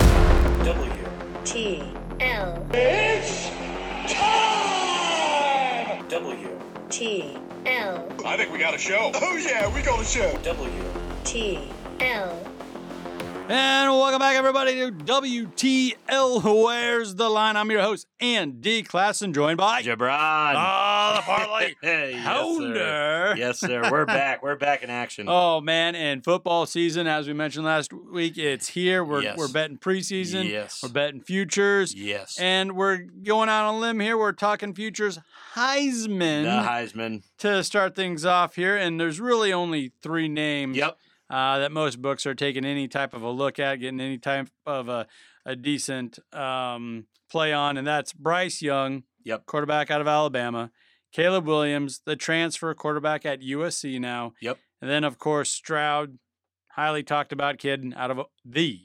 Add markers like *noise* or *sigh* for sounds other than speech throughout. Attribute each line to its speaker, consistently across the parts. Speaker 1: W.
Speaker 2: T L
Speaker 1: It's time! W.
Speaker 2: T L
Speaker 3: I think we got a show. Oh yeah, we got a show.
Speaker 1: W.
Speaker 2: T L
Speaker 4: And welcome back, everybody, to WTL Where's the Line? I'm your host, Andy Klassen, joined
Speaker 1: *laughs*
Speaker 4: by
Speaker 1: Jabron.
Speaker 4: Ah, the *laughs* Parlay
Speaker 1: hey,
Speaker 4: Pounder.
Speaker 1: Yes, sir. yes, sir. We're back. We're back in action.
Speaker 4: *laughs* Oh, man. And football season, as we mentioned last week, it's here. We're,
Speaker 1: Yes.
Speaker 4: we're betting preseason.
Speaker 1: Yes.
Speaker 4: We're betting futures.
Speaker 1: yes.
Speaker 4: And we're going out on a limb here. We're talking futures Heisman
Speaker 1: the Heisman.
Speaker 4: to start things off here. And there's really only three names.
Speaker 1: Yep.
Speaker 4: uh, that most books are taking any type of a look at, getting any type of a, a decent um, play on, and that's Bryce Young,
Speaker 1: Yep.
Speaker 4: quarterback out of Alabama, Caleb Williams, the transfer quarterback at USC now,
Speaker 1: Yep.
Speaker 4: and then, of course, Stroud, highly talked about kid out of the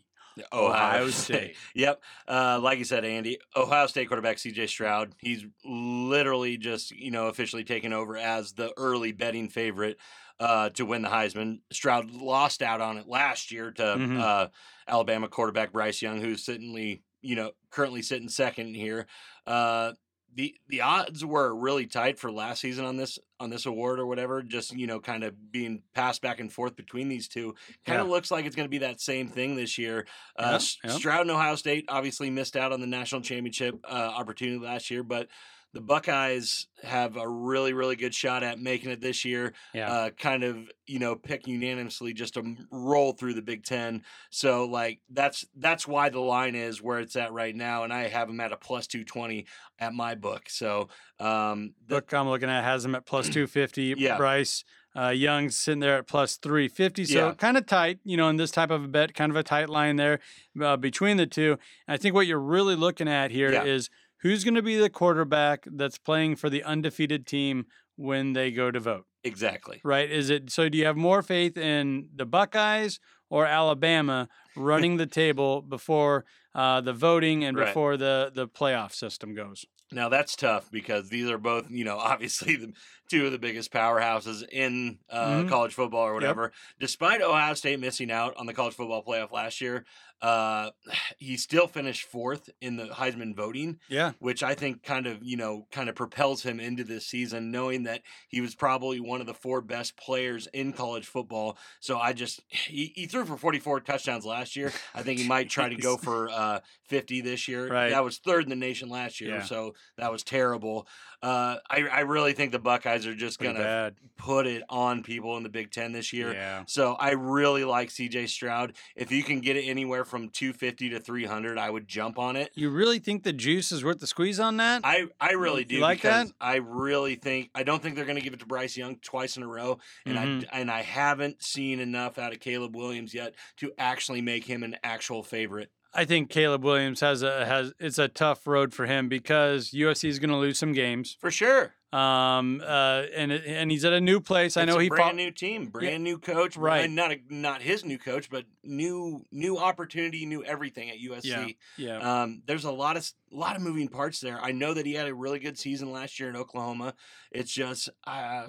Speaker 4: Ohio State.
Speaker 1: yep. Uh, like you said, Andy, Ohio State quarterback CJ Stroud. He's literally just, you know, officially taken over as the early betting favorite uh, to win the Heisman. Stroud lost out on it last year to
Speaker 4: Mhm.
Speaker 1: uh, Alabama quarterback Bryce Young, who's certainly, you know, currently sitting second here. Uh, the the odds were really tight for last season on this on this award or whatever. Just you know, kind of being passed back and forth between these two. Kind of
Speaker 4: Yeah.
Speaker 1: looks like it's going to be that same thing this year. Uh,
Speaker 4: Yeah,
Speaker 1: S-
Speaker 4: yeah.
Speaker 1: Stroud and Ohio State obviously missed out on the national championship uh, opportunity last year, but the Buckeyes have a really really good shot at making it this year.
Speaker 4: *laughs* Yeah.
Speaker 1: Uh, kind of you know pick unanimously just to m- roll through the Big Ten. So like that's that's why the line is where it's at right now, and I have them at a plus two twenty at my book. So um, the,
Speaker 4: book I'm looking at has him at
Speaker 1: *clears throat*
Speaker 4: plus 250.
Speaker 1: Yeah.
Speaker 4: Bryce uh, Young's sitting there at plus 350. So
Speaker 1: Yeah.
Speaker 4: kind of tight, you know, in this type of a bet, kind of a tight line there uh, between the two. And I think what you're really looking at here is
Speaker 1: Yeah.
Speaker 4: who's going to be the quarterback that's playing for the undefeated team when they go to vote,
Speaker 1: exactly.
Speaker 4: right? Is it so? Do you have more faith in the Buckeyes or Alabama running
Speaker 1: *laughs*
Speaker 4: the table before? Uh, the voting and
Speaker 1: Right.
Speaker 4: before the the playoff system goes.
Speaker 1: Now that's tough because these are both, you know, *laughs* obviously the two of the biggest powerhouses in uh,
Speaker 4: Mhm.
Speaker 1: college football or whatever. Despite Ohio State missing out on the college football playoff last year, uh, *sighs* he still finished fourth in the Heisman voting.
Speaker 4: Yeah,
Speaker 1: which I think kind of, you know, kind of propels him into this season, knowing that he was probably one of the four best players in college football. So I just, *sighs* he, he threw for 44 touchdowns
Speaker 4: *laughs*
Speaker 1: last year. I think he might try to go
Speaker 4: Jeez.
Speaker 1: for uh, 50 this year.
Speaker 4: Right.
Speaker 1: That was third in the nation last year.
Speaker 4: Yeah.
Speaker 1: So that was terrible. Uh, I, I really think the Buckeyes are just
Speaker 4: pretty
Speaker 1: going to
Speaker 4: bad.
Speaker 1: put it on people in the Big Ten this year.
Speaker 4: Yeah,
Speaker 1: So I really like CJ Stroud. If you can get it anywhere from 250 to 300, I would jump on it.
Speaker 4: You really think the juice is worth the squeeze on that?
Speaker 1: I, I really do
Speaker 4: You like
Speaker 1: because
Speaker 4: that?
Speaker 1: I really think I don't think they're going to give it to Bryce Young twice in a row, and
Speaker 4: Mhm.
Speaker 1: I and I haven't seen enough out of Caleb Williams yet to actually make him an actual favorite.
Speaker 4: I think Caleb Williams has a has it's a tough road for him because USC is going to lose some games.
Speaker 1: For sure,
Speaker 4: Um, uh, and it- and he's at a new place. I
Speaker 1: It's
Speaker 4: know
Speaker 1: a
Speaker 4: he
Speaker 1: brand
Speaker 4: fought.
Speaker 1: new team, brand new coach,
Speaker 4: Right.
Speaker 1: And not a, not his new coach, but new new opportunity, new everything at USC.
Speaker 4: yeah,
Speaker 1: Um, there's a lot of s- lot of moving parts there. I know that he had a really good season last year in Oklahoma. It's just uh,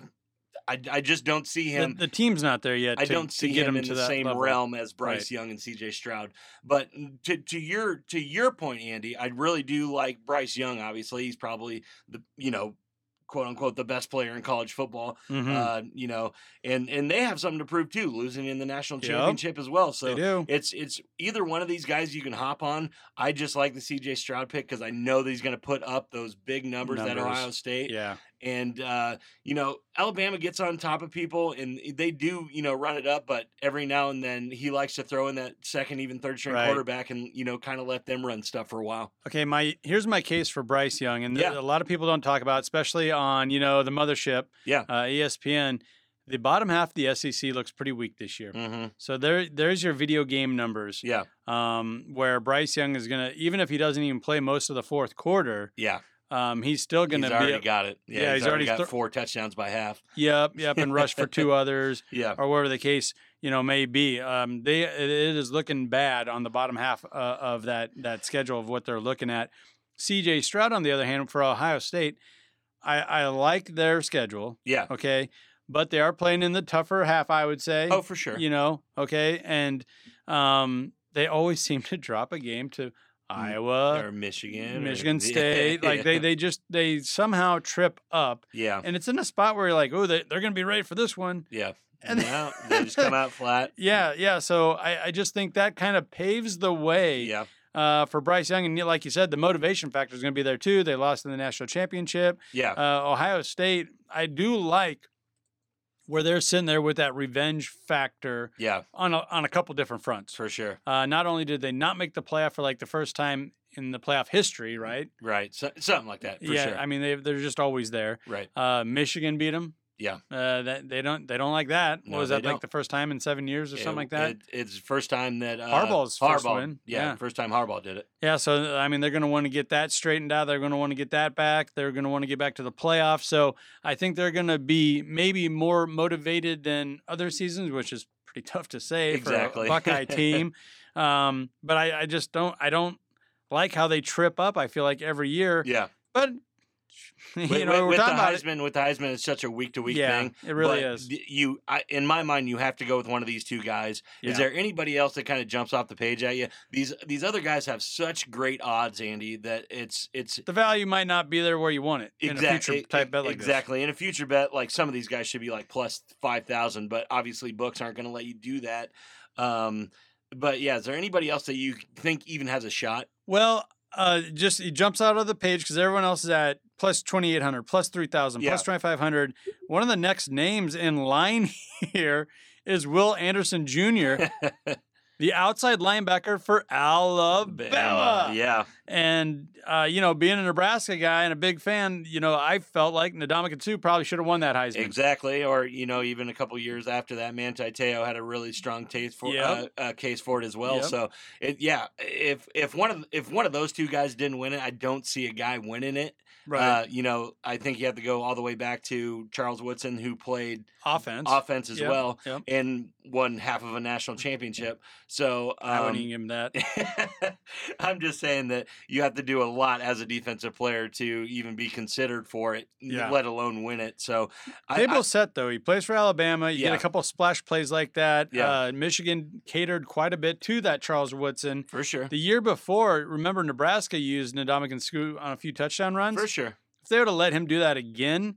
Speaker 1: I I just don't see
Speaker 4: the,
Speaker 1: him.
Speaker 4: the team's not there yet.
Speaker 1: I
Speaker 4: to-
Speaker 1: don't see
Speaker 4: to get him,
Speaker 1: him, in
Speaker 4: to
Speaker 1: the
Speaker 4: that
Speaker 1: same
Speaker 4: level.
Speaker 1: realm as Bryce
Speaker 4: Right.
Speaker 1: Young and CJ Stroud. But to, to your to your point, Andy, I really do like Bryce Young. Obviously, he's probably the you know quote unquote the best player in college football.
Speaker 4: Mhm.
Speaker 1: Uh, you know, and and they have something to prove too, losing in the national
Speaker 4: Yep.
Speaker 1: championship as well. So
Speaker 4: they do.
Speaker 1: it's it's either one of these guys you can hop on. I just like the CJ Stroud pick because I know that he's going to put up those big numbers, that
Speaker 4: Numbers.
Speaker 1: Ohio State
Speaker 4: Yeah,
Speaker 1: and uh, you know Alabama gets on top of people, and they do you know run it up, but every now and then he likes to throw in that second, even third string
Speaker 4: Right.
Speaker 1: quarterback, and you know kind of let them run stuff for a while.
Speaker 4: Okay, my here's my case for Bryce Young, and th-
Speaker 1: Yeah.
Speaker 4: a lot of people don't talk about, especially on you know the mothership,
Speaker 1: Yeah.
Speaker 4: uh, ESPN. the bottom half of the SEC looks pretty weak this year.
Speaker 1: hmm
Speaker 4: So there, there's your video game numbers.
Speaker 1: Yeah.
Speaker 4: Um, where Bryce Young is gonna, even if he doesn't even play most of the fourth quarter,
Speaker 1: Yeah.
Speaker 4: um, he's still gonna
Speaker 1: he's
Speaker 4: be,
Speaker 1: already
Speaker 4: a-
Speaker 1: got it. Yeah. he's, already, got
Speaker 4: thro-
Speaker 1: four touchdowns by half.
Speaker 4: yep, yep, and rush for
Speaker 1: *laughs*
Speaker 4: two others
Speaker 1: Yeah.
Speaker 4: or whatever the case you know may be. Um, they it it is looking bad on the bottom half uh, of that that schedule of what they're looking at. C.J. Stroud, on the other hand, for Ohio State, I, I like their schedule.
Speaker 1: Yeah.
Speaker 4: Okay, but they are playing in the tougher half, I would say.
Speaker 1: Oh, for sure.
Speaker 4: you know, okay, and um, they always *laughs* seem to drop a game to
Speaker 1: Mm,
Speaker 4: Iowa,
Speaker 1: or Michigan. or-
Speaker 4: Michigan
Speaker 1: *laughs*
Speaker 4: State. Like they they just they somehow trip up,
Speaker 1: Yeah.
Speaker 4: and it's in a spot where you're like, oh, they, they're going to be ready for this one.
Speaker 1: Yeah.
Speaker 4: And-
Speaker 1: And now they just come out
Speaker 4: *laughs*
Speaker 1: flat.
Speaker 4: Yeah, yeah. So I, I just think that kind of paves the way
Speaker 1: Yeah.
Speaker 4: uh, for Bryce Young, and yeah, like you said, the motivation factor is going to be there too. They lost in the national championship.
Speaker 1: Yeah.
Speaker 4: Uh, Ohio State, I do like where they're sitting there with that revenge factor
Speaker 1: Yeah.
Speaker 4: on a, on a couple different fronts.
Speaker 1: For sure.
Speaker 4: Uh, not only did they not make the playoff for like the first time in the playoff history, right?
Speaker 1: Right. So, something like that. Mm, For
Speaker 4: yeah,
Speaker 1: sure.
Speaker 4: I mean they they're just always there.
Speaker 1: right.
Speaker 4: Uh, Michigan beat them.
Speaker 1: Yeah.
Speaker 4: uh, that they don't they don't like that.
Speaker 1: No,
Speaker 4: what was
Speaker 1: they
Speaker 4: that like
Speaker 1: don't.
Speaker 4: the first time in seven years or
Speaker 1: It-
Speaker 4: something like that?
Speaker 1: it- it's the first time that uh,
Speaker 4: Harbaugh's first
Speaker 1: Harbaugh-
Speaker 4: win. Yeah.
Speaker 1: First time Harbaugh did it.
Speaker 4: yeah, so I mean they're going to want to get that straightened out. They're going to want to get that back. They're going to want to get back to the playoffs. So I think they're going to be maybe more motivated than other seasons, which is pretty *laughs* tough to say for a
Speaker 1: Exactly. *laughs*
Speaker 4: Buckeye team. Um, but I, I just don't I don't like how they trip up. I feel like every year.
Speaker 1: Yeah.
Speaker 4: But *laughs* you
Speaker 1: With,
Speaker 4: know,
Speaker 1: with-
Speaker 4: we're
Speaker 1: with the
Speaker 4: talking about it.
Speaker 1: Heisman, with the Heisman, it's such a week to week
Speaker 4: yeah,
Speaker 1: thing.
Speaker 4: It really
Speaker 1: But
Speaker 4: is.
Speaker 1: d- You, I, in my mind, you have to go with one of these two guys.
Speaker 4: Yeah.
Speaker 1: Is there anybody else that kind of jumps off the page at you? These these other guys have such great odds, Andy, that it's it's
Speaker 4: the value might not be there where you want it in a
Speaker 1: Exact- e-
Speaker 4: future type bet like this.
Speaker 1: exactly in a future bet like some of these guys should be like plus 5000 but obviously books aren't going to let you do that um but yeah is there anybody else that you think even has a shot
Speaker 4: Well, uh, just he jumps out of the page because everyone else is at plus 2,800, plus 3,000, plus
Speaker 1: Yeah.
Speaker 4: 2,500. One of the next names in line *laughs* here is Will Anderson Jr.,
Speaker 1: *laughs*
Speaker 4: the outside linebacker for Alabama.
Speaker 1: uh, yeah
Speaker 4: And, uh, you know, being a Nebraska guy and a big fan, you know, I felt like Ndamukong Suh probably should have won that Heisman.
Speaker 1: exactly or you know even a couple years after that Manti Te'o had a really strong taste for
Speaker 4: Yep.
Speaker 1: uh, uh, case for it as well
Speaker 4: Yep.
Speaker 1: so it, yeah if if one of if one of those two guys didn't win it I don't see a guy winning it
Speaker 4: Right.
Speaker 1: uh, you know I think you have to go all the way back to Charles Woodson who played
Speaker 4: Offense.
Speaker 1: offense as
Speaker 4: Yep,
Speaker 1: well Um,
Speaker 4: Yep.
Speaker 1: and won half of a national championship. So
Speaker 4: I wouldn't
Speaker 1: um,
Speaker 4: even give him that.
Speaker 1: *laughs* I'm just saying that you have to do a lot as a defensive player to even be considered for it, n-
Speaker 4: Yeah.
Speaker 1: let alone win it. So I, I,
Speaker 4: Table set though. He plays for Alabama. You
Speaker 1: Yeah.
Speaker 4: get a couple splash plays like that.
Speaker 1: Yeah.
Speaker 4: Uh, Michigan catered quite a bit to that Charles Woodson.
Speaker 1: for sure,
Speaker 4: The year before, remember Nebraska used Ndamukong and on a few touchdown runs.
Speaker 1: for sure,
Speaker 4: If they would have let him do that again,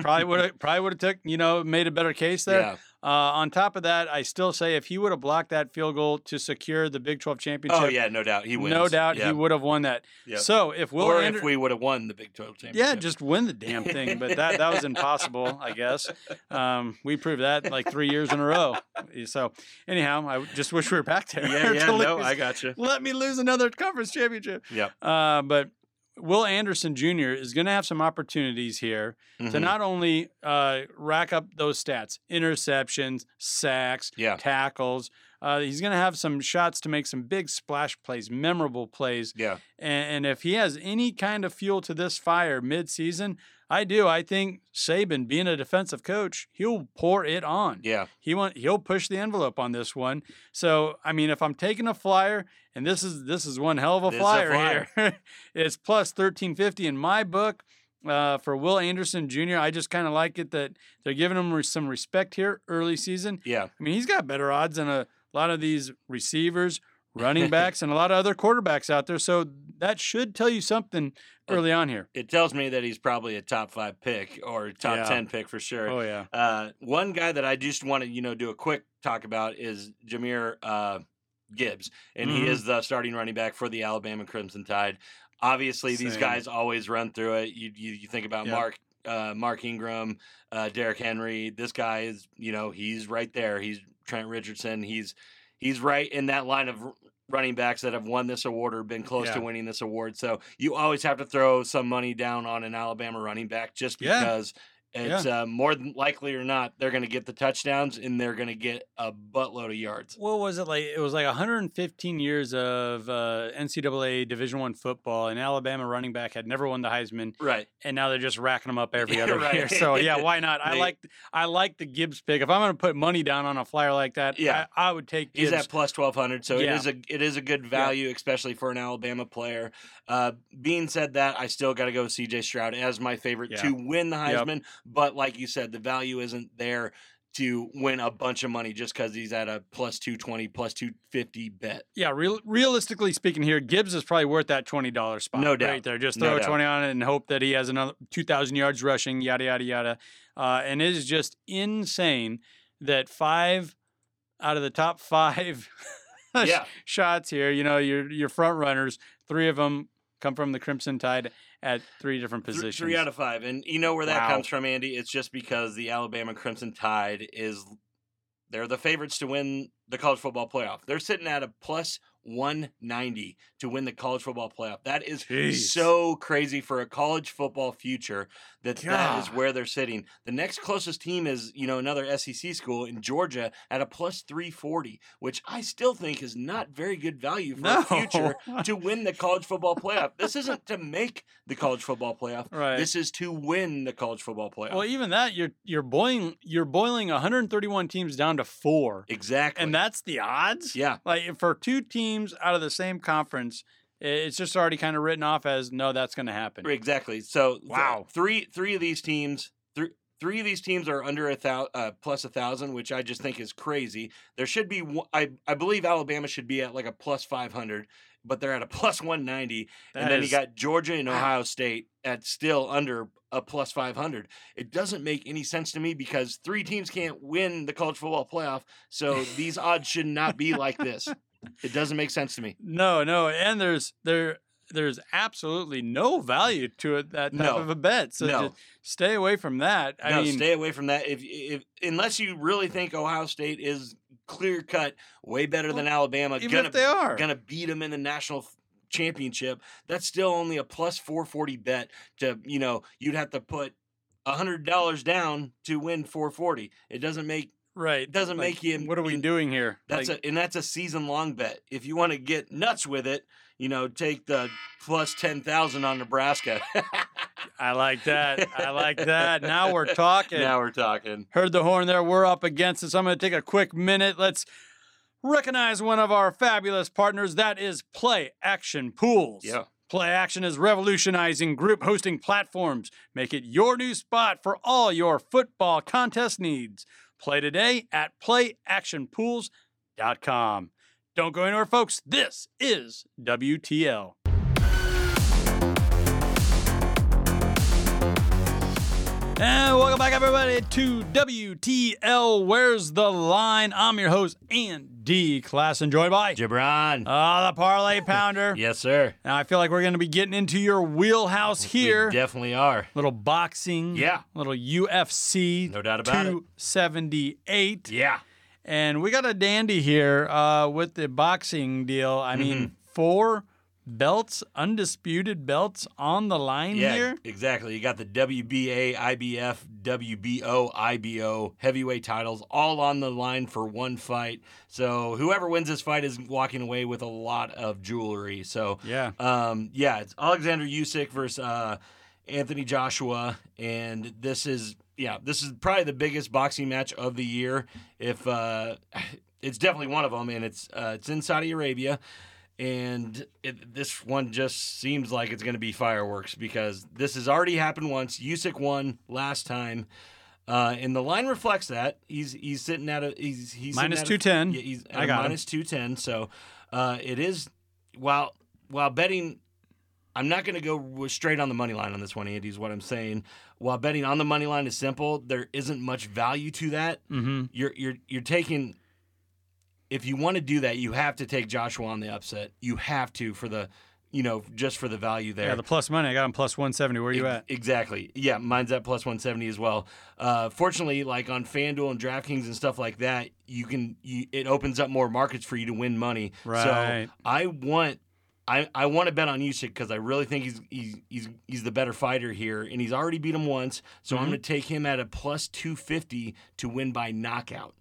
Speaker 4: probably would
Speaker 1: *laughs*
Speaker 4: have probably would have took you know made a better case there.
Speaker 1: yeah. Oh,
Speaker 4: Uh, on top of that, I still say if he would have blocked that field goal to secure the Big Twelve championship,
Speaker 1: Oh yeah, no doubt he wins.
Speaker 4: no doubt
Speaker 1: yeah.
Speaker 4: he would have won that.
Speaker 1: Yeah.
Speaker 4: So if Will
Speaker 1: or
Speaker 4: Ander-
Speaker 1: if we would have won the Big Twelve
Speaker 4: yeah,
Speaker 1: championship.
Speaker 4: just win the damn thing. But that that was impossible, I guess. Um, we proved that like three years in a row. So anyhow, I just wish we were back there. *laughs*
Speaker 1: *laughs* yeah, yeah.
Speaker 4: to
Speaker 1: No,
Speaker 4: lose.
Speaker 1: I got you.
Speaker 4: let me lose another conference championship.
Speaker 1: Yeah.
Speaker 4: Uh, but Will Anderson Jr. is going to have some opportunities here to
Speaker 1: Mhm.
Speaker 4: not only uh, rack up those stats, interceptions, sacks,
Speaker 1: Yeah.
Speaker 4: tackles. Uh, he's going to have some shots to make some big splash plays, memorable plays.
Speaker 1: Yeah,
Speaker 4: And, and if he has any kind of fuel to this fire midseason, I do. I think Saban, being a defensive coach, he'll pour it on.
Speaker 1: yeah,
Speaker 4: He want he'll push the envelope on this one. So I mean, if I'm taking a flyer, and this is this is one hell of a
Speaker 1: This is a
Speaker 4: flyer, here, *laughs* it's plus thirteen fifty in my book. Uh, for Will Anderson Jr., I just kind of like it that they're giving him re- some respect here early season.
Speaker 1: yeah.
Speaker 4: I mean, he's got better odds than a lot of these
Speaker 1: *laughs*
Speaker 4: receivers, running backs, and a lot of other quarterbacks out there. So that should tell you something early on here.
Speaker 1: It tells me that he's probably a top five pick or top
Speaker 4: Yeah.
Speaker 1: ten pick for sure.
Speaker 4: Oh yeah,
Speaker 1: *laughs* Uh, one guy that I just want to, you know, do a quick talk about is Jameer uh, Gibbs, and
Speaker 4: Mhm.
Speaker 1: he is the starting running back for the Alabama Crimson Tide. Obviously, these
Speaker 4: Same.
Speaker 1: guys always run through it. You you, you think about
Speaker 4: Yeah.
Speaker 1: Mark. Uh, Mark Ingram, uh, Derrick Henry. This guy is, you know, he's right there. He's Trent Richardson. He's he's right in that line of r- running backs that have won this award or been close to
Speaker 4: Yeah.
Speaker 1: winning this award. So you always have to throw some money down on an Alabama running back just
Speaker 4: Yeah.
Speaker 1: because It's uh, more than likely or not, they're going to get the touchdowns and they're going to get a buttload of yards.
Speaker 4: what was it like? It was like 115 years of uh, NCAA Division One football, and Alabama running back had never won the Heisman,
Speaker 1: Right.
Speaker 4: and now they're just racking
Speaker 1: *laughs*
Speaker 4: them up every
Speaker 1: Yeah,
Speaker 4: other
Speaker 1: right.
Speaker 4: year. So yeah, why
Speaker 1: *laughs*
Speaker 4: not? I
Speaker 1: They-
Speaker 4: like I like the Gibbs pick. If I'm going to put money down on a flyer like that,
Speaker 1: Yeah.
Speaker 4: I, I would take
Speaker 1: He's
Speaker 4: Gibbs.
Speaker 1: at plus twelve hundred, so
Speaker 4: Yeah.
Speaker 1: it is a it is a good value, especially for an Alabama player. Uh, being said that, I still got to go with C.J. Stroud as my favorite
Speaker 4: Yeah.
Speaker 1: to win the
Speaker 4: Yep.
Speaker 1: Heisman. But like you said, the value isn't there to win a bunch of money just because he's at a plus two twenty, plus two fifty bet.
Speaker 4: yeah, real, realistically speaking, here Gibbs is probably worth that twenty dollars spot.
Speaker 1: No
Speaker 4: right
Speaker 1: doubt.
Speaker 4: there. Just
Speaker 1: No
Speaker 4: throw a
Speaker 1: doubt.
Speaker 4: twenty on it and hope that he has another two thousand yards rushing. Yada yada yada. Uh, and it is just insane that five out of the top five *laughs*
Speaker 1: Yeah,
Speaker 4: shots here. You know, your your front runners, three of them come from the Crimson Tide at three different
Speaker 1: th-
Speaker 4: positions.
Speaker 1: three out of five, and you know where that
Speaker 4: Wow.
Speaker 1: comes from, Andy. It's just because the Alabama Crimson Tide is they're the favorites to win the college football playoff. They're sitting at a plus 190 to win the college football playoff. That is
Speaker 4: Jeez.
Speaker 1: so crazy for a college football future that that is
Speaker 4: God.
Speaker 1: where they're sitting. The next closest team is, you know, another SEC school in Georgia at a plus 340, which I still think is not very good value for
Speaker 4: *laughs* no
Speaker 1: a future to win the college football playoff. This isn't to make the college football playoff.
Speaker 4: right.
Speaker 1: This is to win the college football playoff.
Speaker 4: well, even that you're you're boiling you're boiling 131 teams down to four,
Speaker 1: exactly.
Speaker 4: and that's the odds.
Speaker 1: yeah.
Speaker 4: Like for two teams out of the same conference, i- it's just already kind of written off as no, that's going to happen.
Speaker 1: Exactly. So th-
Speaker 4: Wow.
Speaker 1: three three of these teams, three three of these teams are under a thousand uh, plus a thousand, which I just think is crazy. There should be one, I I believe Alabama should be at like a plus five hundred, but they're at a plus one ninety,
Speaker 4: That
Speaker 1: and then
Speaker 4: is- Ah.
Speaker 1: you got Georgia and
Speaker 4: Wow.
Speaker 1: Ohio State at still under a plus five hundred. It doesn't make any sense to me because three teams can't win the college football playoff, so
Speaker 4: *laughs*
Speaker 1: these odds should not be like this. It doesn't make sense to me.
Speaker 4: No, no, and there's there there's absolutely no value to it that type
Speaker 1: No.
Speaker 4: of a bet. So
Speaker 1: No.
Speaker 4: just stay away from that. I
Speaker 1: no,
Speaker 4: mean,
Speaker 1: stay away from that. If, if unless you really think Ohio State is clear cut, way better than Alabama,
Speaker 4: even
Speaker 1: uh, gonna
Speaker 4: if they are
Speaker 1: gonna beat them in the national f- championship, that's still only a plus four forty bet. To you know, you'd have to put hundred dollars down to win four forty. It doesn't make
Speaker 4: right,
Speaker 1: it doesn't
Speaker 4: like,
Speaker 1: make you.
Speaker 4: What are we
Speaker 1: in-
Speaker 4: doing here?
Speaker 1: That's
Speaker 4: like,
Speaker 1: a and that's a season long bet. If you want to get nuts with it, you know, take the plus ten thousand on Nebraska. *laughs*
Speaker 4: I like that. I like that. Now we're talking.
Speaker 1: now we're talking.
Speaker 4: Heard the horn there. We're up against it. So I'm going to take a quick minute. Let's recognize one of our fabulous partners. That is Play Action Pools.
Speaker 1: Yeah.
Speaker 4: Play Action is revolutionizing group hosting platforms. Make it your new spot for all your football contest needs. Play today at playactionpools.com. Don't go anywhere, folks. This is WTL. And welcome back, everybody, to WTL. Where's the line? I'm your host, Andy Class, and joined by
Speaker 1: Gibran.
Speaker 4: Ah, the Parlay Pounder.
Speaker 1: yes, sir.
Speaker 4: Now I feel like we're going to be getting into your wheelhouse here.
Speaker 1: We definitely are.
Speaker 4: little boxing,
Speaker 1: Yeah.
Speaker 4: Little UFC,
Speaker 1: No doubt about it.
Speaker 4: Two seventy-eight,
Speaker 1: Yeah.
Speaker 4: and we got a dandy here uh, with the boxing deal. I
Speaker 1: Mm-hmm.
Speaker 4: mean, four belts, undisputed belts on the line
Speaker 1: Yeah,
Speaker 4: here.
Speaker 1: exactly. You got the WBA, IBF, WBO, IBO heavyweight titles all on the line for one fight. So whoever wins this fight is walking away with a lot of jewelry. So
Speaker 4: Yeah.
Speaker 1: um, yeah, it's Alexander Usyk versus uh, Anthony Joshua, and this is yeah, this is probably the biggest boxing match of the year. If uh, *sighs* it's definitely one of them, and it's uh, it's in Saudi Arabia, and it, this one just seems like it's going to be fireworks because this has already happened once. Usyk won last time. Uh, and the line reflects that he's he's sitting at a he's he's sitting
Speaker 4: Minus
Speaker 1: at a-
Speaker 4: 210.
Speaker 1: Yeah, he's at
Speaker 4: I
Speaker 1: a
Speaker 4: got him.
Speaker 1: minus two ten. So uh, it is while while betting I'm not going to go with- straight on the money line on this one, Andy, is what I'm saying. While betting on the money line is simple, there isn't much value to that.
Speaker 4: Mm-hmm.
Speaker 1: You're you're you're taking if you want to do that, you have to take Joshua on the upset. You have to for the you know, just for the value there.
Speaker 4: Yeah, the plus money. I got him plus one seventy. Where are you
Speaker 1: Ex-
Speaker 4: at?
Speaker 1: Exactly. Yeah, mine's at plus 170 as well. Uh, fortunately, like on FanDuel and DraftKings and stuff like that, you can you, it opens up more markets for you to win money.
Speaker 4: Right.
Speaker 1: So I want I, I want to bet on Usyk because I really think he's, he's he's he's the better fighter here, and he's already beat him once. So I'm
Speaker 4: Mhm.
Speaker 1: going to take him at a plus two fifty to win by knockout.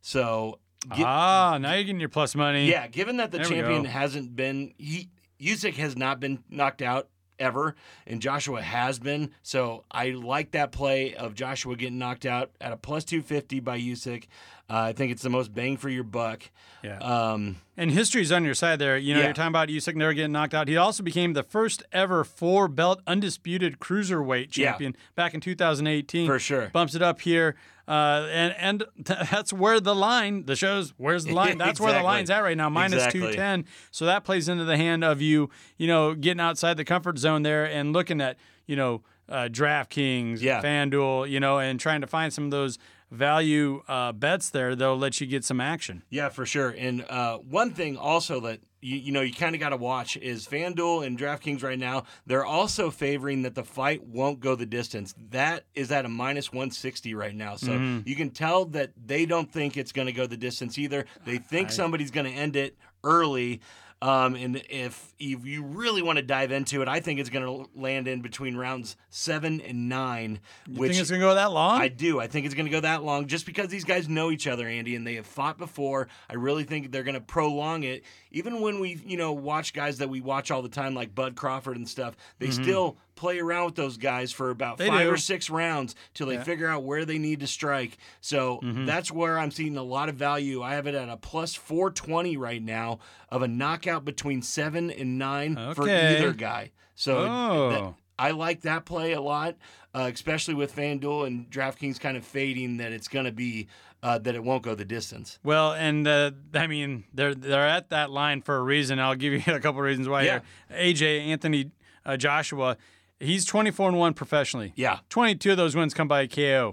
Speaker 1: So gi-
Speaker 4: ah, now you're getting your plus money.
Speaker 1: yeah, given that the
Speaker 4: There we
Speaker 1: champion
Speaker 4: go.
Speaker 1: hasn't been he, Usyk has not been knocked out ever, and Joshua has been. So I like that play of Joshua getting knocked out at a plus two fifty by Usyk. Uh, I think it's the most bang for your buck.
Speaker 4: Yeah.
Speaker 1: Um,
Speaker 4: And history's on your side there. You know,
Speaker 1: Yeah.
Speaker 4: you're talking about Usyk never getting knocked out. He also became the first ever four belt undisputed cruiserweight
Speaker 1: Yeah.
Speaker 4: champion back in 2018.
Speaker 1: for sure.
Speaker 4: Bumps it up here, uh, and and *laughs* th- that's where the line. The show's where's the
Speaker 1: *laughs*
Speaker 4: line. That's where the
Speaker 1: Exactly.
Speaker 4: line's at right now, minus
Speaker 1: Exactly.
Speaker 4: 210. So that plays into the hand of you, you know, getting outside the comfort zone there and looking at you know uh, DraftKings,
Speaker 1: Yeah.
Speaker 4: FanDuel, you know, and trying to find some of those value uh, bets there that'll let you get some action.
Speaker 1: Yeah, for sure. And uh, one thing also that you, you know you kind of got to watch is FanDuel and DraftKings right now. They're also favoring that the fight won't go the distance. That is at a minus one sixty right now. So
Speaker 4: Mm-hmm.
Speaker 1: you can tell that they don't think it's going to go the distance either. They think somebody's going to end it early. Um, and if, if you really want to dive into it, I think it's going to land in between rounds seven and nine.
Speaker 4: You think it's gonna go that long?
Speaker 1: I do. I think it's going to go that long just because these guys know each other, Andy, and they have fought before. I really think they're going to prolong it. Even when we, you know, watch guys that we watch all the time, like Bud Crawford and stuff, they still play around with those guys for about
Speaker 4: Mm-hmm. They
Speaker 1: five
Speaker 4: do.
Speaker 1: or six rounds till they figure out where they need to strike. So
Speaker 4: Mm-hmm.
Speaker 1: that's where I'm seeing a lot of value. I have it at a plus 420 right now of a knockout between seven and nine for
Speaker 4: Okay.
Speaker 1: either guy. So
Speaker 4: Oh.
Speaker 1: that- I like that play a lot, uh, especially with FanDuel and DraftKings kind of fading that it's going to be uh, that it won't go the distance.
Speaker 4: Well, and uh, I mean they're they're at that line for a reason. I'll give you *laughs* a couple of reasons why.
Speaker 1: Yeah.
Speaker 4: here. AJ Anthony uh, Joshua, he's twenty four and one professionally.
Speaker 1: Yeah.
Speaker 4: 22 of those wins come by
Speaker 1: *laughs*
Speaker 4: KO.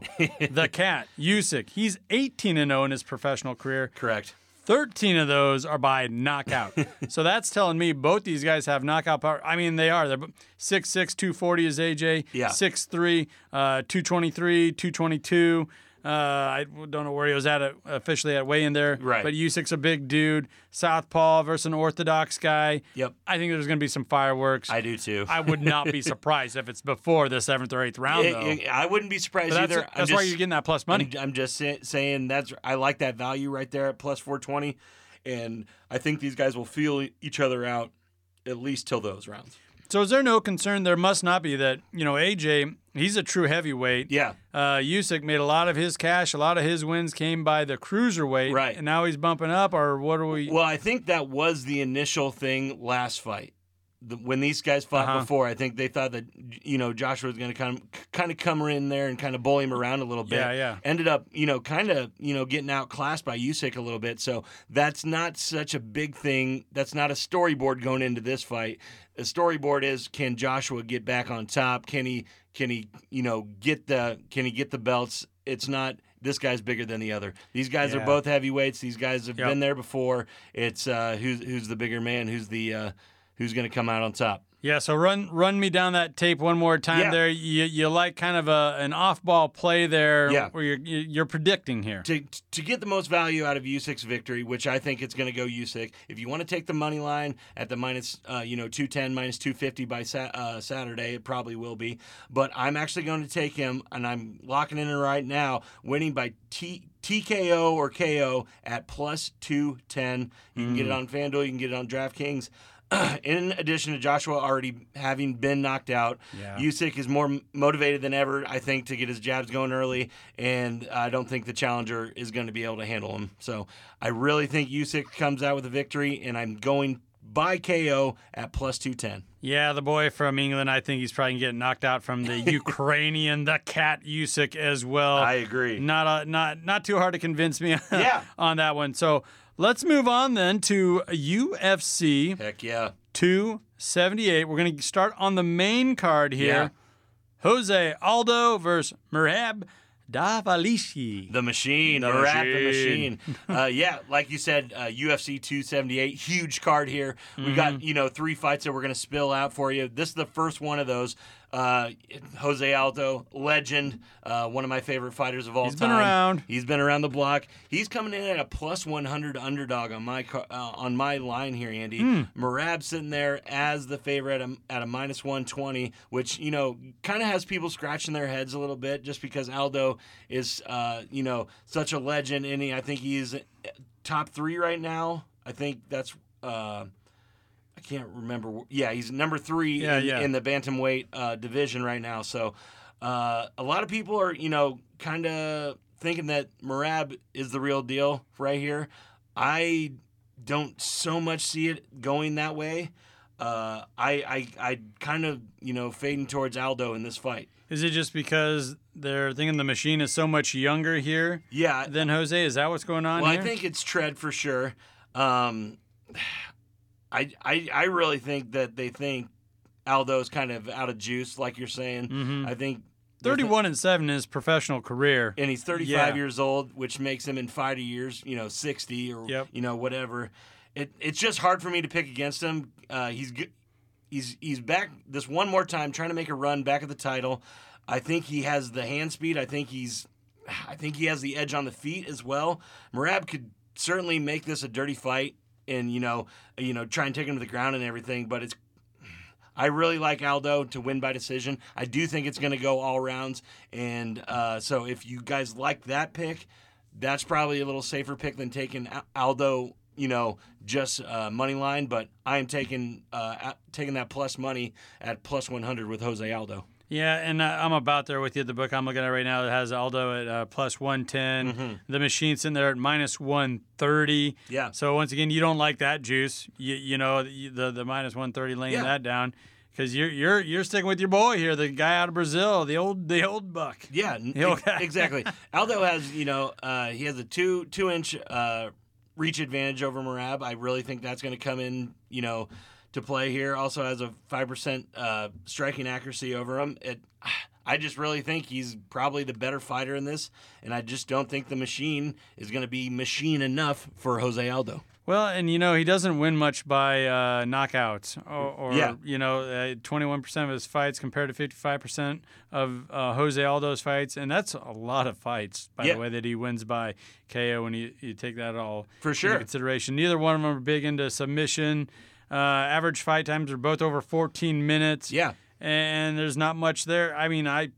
Speaker 4: the Cat, Usyk, he's 18 and 0 in his professional career.
Speaker 1: Correct.
Speaker 4: 13 of those are by
Speaker 1: *laughs*
Speaker 4: knockout. so that's telling me both these guys have knockout power. I mean, they are. They're 6'6, 240 is AJ.
Speaker 1: Yeah.
Speaker 4: 6'3, uh, 223, 222. Uh, I don't know where he was at uh, officially at weigh in there.
Speaker 1: Right.
Speaker 4: But Usyk's a big dude. Southpaw versus an orthodox guy.
Speaker 1: Yep.
Speaker 4: I think there's going to be some fireworks.
Speaker 1: I do too.
Speaker 4: I would not
Speaker 1: *laughs*
Speaker 4: be surprised if it's before the seventh or eighth round, though.
Speaker 1: I, I wouldn't be surprised
Speaker 4: But that's,
Speaker 1: either. I'm
Speaker 4: that's why
Speaker 1: just-
Speaker 4: you're getting that plus money.
Speaker 1: I'm, I'm just say, saying that's I like that value right there at plus 420, and I think these guys will feel e-, each other out at least till those rounds.
Speaker 4: So is there no concern? There must not be that you know AJ. He's a true heavyweight.
Speaker 1: Yeah.
Speaker 4: Uh, Usyk made a lot of his cash. A lot of his wins came by the cruiserweight.
Speaker 1: Right.
Speaker 4: And now he's bumping up. Or what are we?
Speaker 1: Well, I think that was the initial thing last fight. The, when these guys fought
Speaker 4: Uh-huh.
Speaker 1: before, I think they thought that you know Joshua was going to come kind of come in there and kind of bully him around a little bit.
Speaker 4: Yeah, yeah.
Speaker 1: Ended up you know kind of you know getting outclassed by Usyk a little bit. So that's not such a big thing. That's not a storyboard going into this fight. The storyboard is can Joshua get back on top? Can he can he you know get the can he get the belts? It's not this guy's bigger than the other. These guys
Speaker 4: Yeah.
Speaker 1: are both heavyweights. These guys have
Speaker 4: Yep.
Speaker 1: been there before. It's uh, who's who's the bigger man? Who's the uh, who's going to come out on top?
Speaker 4: yeah. So run run me down that tape one more time.
Speaker 1: Yeah.
Speaker 4: There, you, you like kind of a an off ball play there.
Speaker 1: Yeah.
Speaker 4: Where you're you- you're predicting here.
Speaker 1: To, to get the most value out of Usyk's victory, which I think it's going to go Usyk. If you want to take the money line at the minus, uh, you know, two ten minus two fifty by sa- uh, Saturday, it probably will be. But I'm actually going to take him, and I'm locking in right now, winning by T- TKO or KO at plus two ten. You can get it on FanDuel, you can get it on DraftKings. *clears throat* in addition to Joshua already having been knocked out,
Speaker 4: Yeah.
Speaker 1: Usyk is more m- motivated than ever, I think, to get his jabs going early, and I don't think the challenger is going to be able to handle him. So I really think Usyk comes out with a victory, and I'm going by KO at plus 210.
Speaker 4: Yeah, the boy from England. I think he's probably getting knocked out from
Speaker 1: *laughs*
Speaker 4: the Ukrainian, the cat Usyk as well.
Speaker 1: agree.
Speaker 4: Not a, not not too hard to convince me. *laughs*
Speaker 1: Yeah.
Speaker 4: on that one. So let's move on then to UFC
Speaker 1: Heck yeah.
Speaker 4: 278. We're going to start on the main card here.
Speaker 1: Yeah.
Speaker 4: Jose Aldo versus Merab Davalishi.
Speaker 1: The machine, the rap, the machine. uh, yeah, like you said, uh, UFC 278, huge card here. We've got you know three fights that we're going to spill out for you. This is the first one of those. Uh, Jose Aldo, legend, uh, one of my favorite fighters of all
Speaker 4: He's been
Speaker 1: time.
Speaker 4: around.
Speaker 1: He's been around the block. He's coming in at a plus 100 underdog on my car, uh, on my line here, Andy. Marab sitting there as the favorite at a, at a minus 120, which you know kind of has people scratching their heads a little bit just because Aldo is uh, you know such a legend, and he, I think he's uh, top three right now. I think that's. Uh, I can't remember. wh- Yeah, he's number three
Speaker 4: Yeah,
Speaker 1: in,
Speaker 4: yeah.
Speaker 1: in the bantamweight uh, division right now. So uh, a lot of people are, you know, kind of thinking that Marab is the real deal right here. I don't so much see it going that way. Uh, I, I, I kind of, you know, fading towards Aldo in this fight.
Speaker 4: Is it just because they're thinking the machine is so much younger here
Speaker 1: Yeah,
Speaker 4: than Jose? Is that what's going on
Speaker 1: Well,
Speaker 4: here?
Speaker 1: I think it's tread for sure. Um, *sighs* I, I I really think that they think Aldo's kind of out of juice, like you're saying. I think they thi-
Speaker 4: 31 and 7 in his professional career.
Speaker 1: and he's 35
Speaker 4: Yeah.
Speaker 1: years old, which makes him in five years, you know, 60 or
Speaker 4: Yep.
Speaker 1: you know whatever. It, it's just hard for me to pick against him. Uh, he's good. He's he's back this one more time trying to make a run back at the title. I think he has the hand speed. I think he's I think he has the edge on the feet as well. Marab could certainly make this a dirty fight and you know you know try and take him to the ground and everything, but it's I really like Aldo to win by decision. I do think it's going to go all rounds. And uh, so if you guys like that pick, that's probably a little safer pick than taking Al- Aldo, you know, just uh, money line. But I am taking uh, a- taking that plus money at plus 100 with Jose Aldo.
Speaker 4: Yeah, and uh, I'm about there with you. The book I'm looking at right now that has Aldo at uh, plus 110. The machine's in there at minus 130.
Speaker 1: Mm-hmm. Yeah.
Speaker 4: So once again, you don't like that juice. You, you know the the, the minus 130 laying
Speaker 1: Yeah.
Speaker 4: that down because you're you're you're sticking with your boy here, the guy out of Brazil, the old the old buck.
Speaker 1: Yeah, n-
Speaker 4: Yeah,
Speaker 1: ex-
Speaker 4: okay. *laughs*
Speaker 1: exactly. Aldo has, you know, uh, he has a two two inch uh, reach advantage over Marab. I really think that's going to come in, you know, to play here. Also has a five percent uh, striking accuracy over him. It, I just really think he's probably the better fighter in this, and I just don't think the machine is going to be machine enough for Jose Aldo.
Speaker 4: Well, and you know he doesn't win much by uh, knockouts, or, or
Speaker 1: Yeah.
Speaker 4: you know, uh, twenty-one percent of his fights compared to fifty-five percent of uh, Jose Aldo's fights, and that's a lot of fights, by
Speaker 1: Yeah.
Speaker 4: the way, that he wins by KO. When you, you take that all
Speaker 1: For
Speaker 4: into
Speaker 1: sure.
Speaker 4: consideration, neither one of them are big into submission. Uh, average fight times are both over fourteen minutes.
Speaker 1: Yeah.
Speaker 4: and there's not much there. I mean, I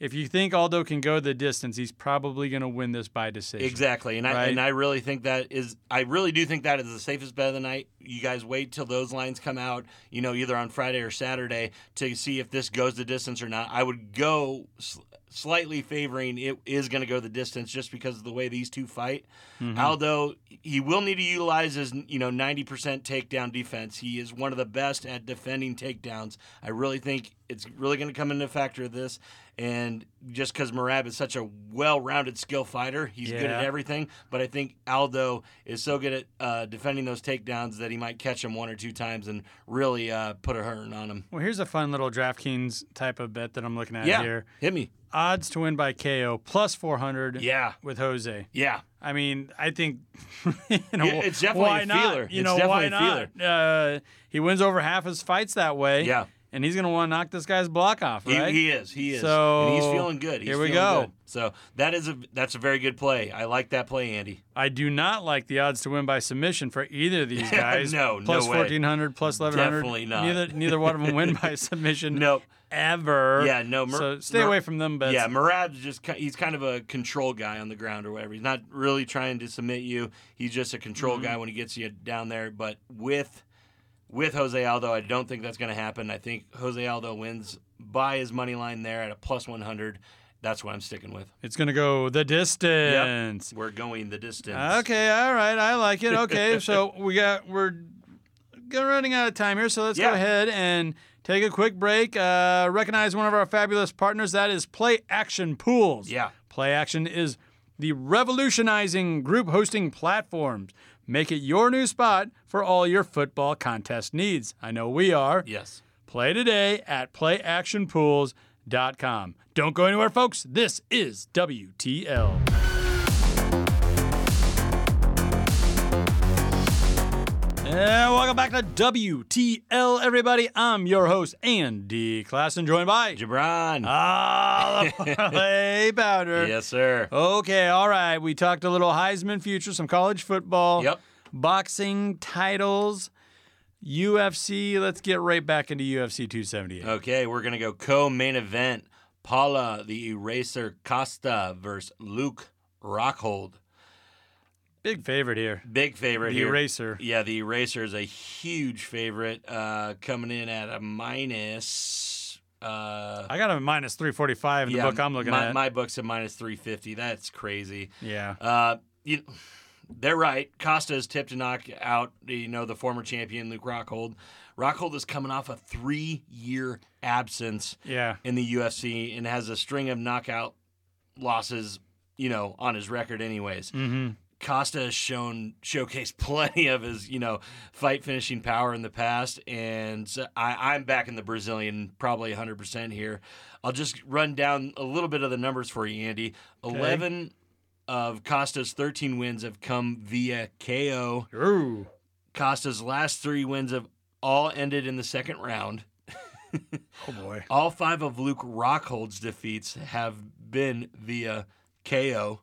Speaker 4: if you think Aldo can go the distance, he's probably going to win this by decision.
Speaker 1: Exactly, and I
Speaker 4: Right.
Speaker 1: and I really think that is I really do think that is the safest bet of the night. You guys wait till those lines come out, you know, either on Friday or Saturday to see if this goes the distance or not. I would go sl- slightly favoring it is going to go the distance just because of the way these two fight. Although he will need to utilize his you know ninety percent takedown defense. He is one of the best at defending takedowns. I really think it's really going to come into factor of this. And just because Marab is such a well-rounded skill fighter, he's good
Speaker 4: Yeah.
Speaker 1: at everything. But I think Aldo is so good at uh, defending those takedowns that he might catch him one or two times and really uh, put a hurting on him.
Speaker 4: Well, here's a fun little DraftKings type of bet that I'm looking at
Speaker 1: Yeah,
Speaker 4: here.
Speaker 1: hit me.
Speaker 4: Odds to win by KO plus 400.
Speaker 1: Yeah.
Speaker 4: With Jose.
Speaker 1: Yeah,
Speaker 4: I mean, I think, *laughs* you know,
Speaker 1: Yeah, it's definitely
Speaker 4: why
Speaker 1: a
Speaker 4: not?
Speaker 1: feeler.
Speaker 4: You
Speaker 1: It's
Speaker 4: know,
Speaker 1: definitely
Speaker 4: why
Speaker 1: a
Speaker 4: not? Uh, he wins over half his fights that way.
Speaker 1: Yeah.
Speaker 4: And he's going to want to knock this guy's block off,
Speaker 1: he,
Speaker 4: right?
Speaker 1: he is. He is.
Speaker 4: So,
Speaker 1: and he's feeling good. He's
Speaker 4: here we
Speaker 1: feeling
Speaker 4: go.
Speaker 1: good. So that is a that's a very good play. I like that play, Andy.
Speaker 4: I do not like the odds to win by submission for either of these
Speaker 1: Yeah,
Speaker 4: guys.
Speaker 1: *laughs* no, no
Speaker 4: Plus
Speaker 1: way.
Speaker 4: 1,400, plus 1,100.
Speaker 1: Definitely not.
Speaker 4: Neither, neither one of them
Speaker 1: *laughs*
Speaker 4: win by submission
Speaker 1: Nope.
Speaker 4: ever.
Speaker 1: Yeah, no, Mer-
Speaker 4: so stay
Speaker 1: Mer-
Speaker 4: away from them, but
Speaker 1: yeah, Marab's just ki- he's kind of a control guy on the ground or whatever. He's not really trying to submit you. He's just a control
Speaker 4: Mm-hmm.
Speaker 1: guy when he gets you down there. But with with Jose Aldo, I don't think that's going to happen. I think Jose Aldo wins by his money line there at a plus one hundred. That's what I'm sticking with.
Speaker 4: it's going to go the distance.
Speaker 1: We're going the distance.
Speaker 4: Okay, all right, I like it.
Speaker 1: *laughs*
Speaker 4: Okay, so we got we're g- running out of time here, so let's go
Speaker 1: Yeah.
Speaker 4: ahead and take a quick break. Uh, recognize one of our fabulous partners, that is Play Action Pools.
Speaker 1: Yeah.
Speaker 4: Play Action is the revolutionizing group hosting platforms. Make it your new spot for all your football contest needs. I know we are.
Speaker 1: Yes.
Speaker 4: Play today at playactionpools.com. Don't go anywhere, folks. This is WTL. And welcome back to WTL, everybody. I'm your host, Andy Klassen, joined by
Speaker 1: *laughs* Gibran.
Speaker 4: Ah, the parlay pounder.
Speaker 1: yes, sir.
Speaker 4: Okay, all right. We talked a little Heisman future, some college football,
Speaker 1: Yep.
Speaker 4: boxing titles, UFC. Let's get right back into UFC 278.
Speaker 1: Okay, we're gonna go co-main event: Paula the Eraser Costa versus Luke Rockhold.
Speaker 4: Big favorite here.
Speaker 1: Big
Speaker 4: the
Speaker 1: favorite here.
Speaker 4: Eraser.
Speaker 1: Yeah, the Eraser is a huge favorite, uh, coming in at a minus. Uh,
Speaker 4: I got a minus 345 in
Speaker 1: yeah,
Speaker 4: the book I'm looking
Speaker 1: my,
Speaker 4: at.
Speaker 1: My book's at minus three fifty. That's crazy.
Speaker 4: yeah.
Speaker 1: Uh, you, they're right. Costa is tipped to knock out, you know, the former champion Luke Rockhold. Rockhold is coming off a three-year absence
Speaker 4: Yeah.
Speaker 1: in the UFC and has a string of knockout losses, you know, on his record anyways.
Speaker 4: Mm-hmm.
Speaker 1: Costa has shown showcased *laughs* plenty of his, you know, fight finishing power in the past, and so I, I'm back in the Brazilian probably 100 percent here. I'll just run down a little bit of the numbers for you, Andy. Eleven of Costa's 13 wins have come via KO.
Speaker 4: Ooh.
Speaker 1: Costa's last three wins have all ended in the second round.
Speaker 4: Oh, boy.
Speaker 1: All five of Luke Rockhold's defeats have been via KO.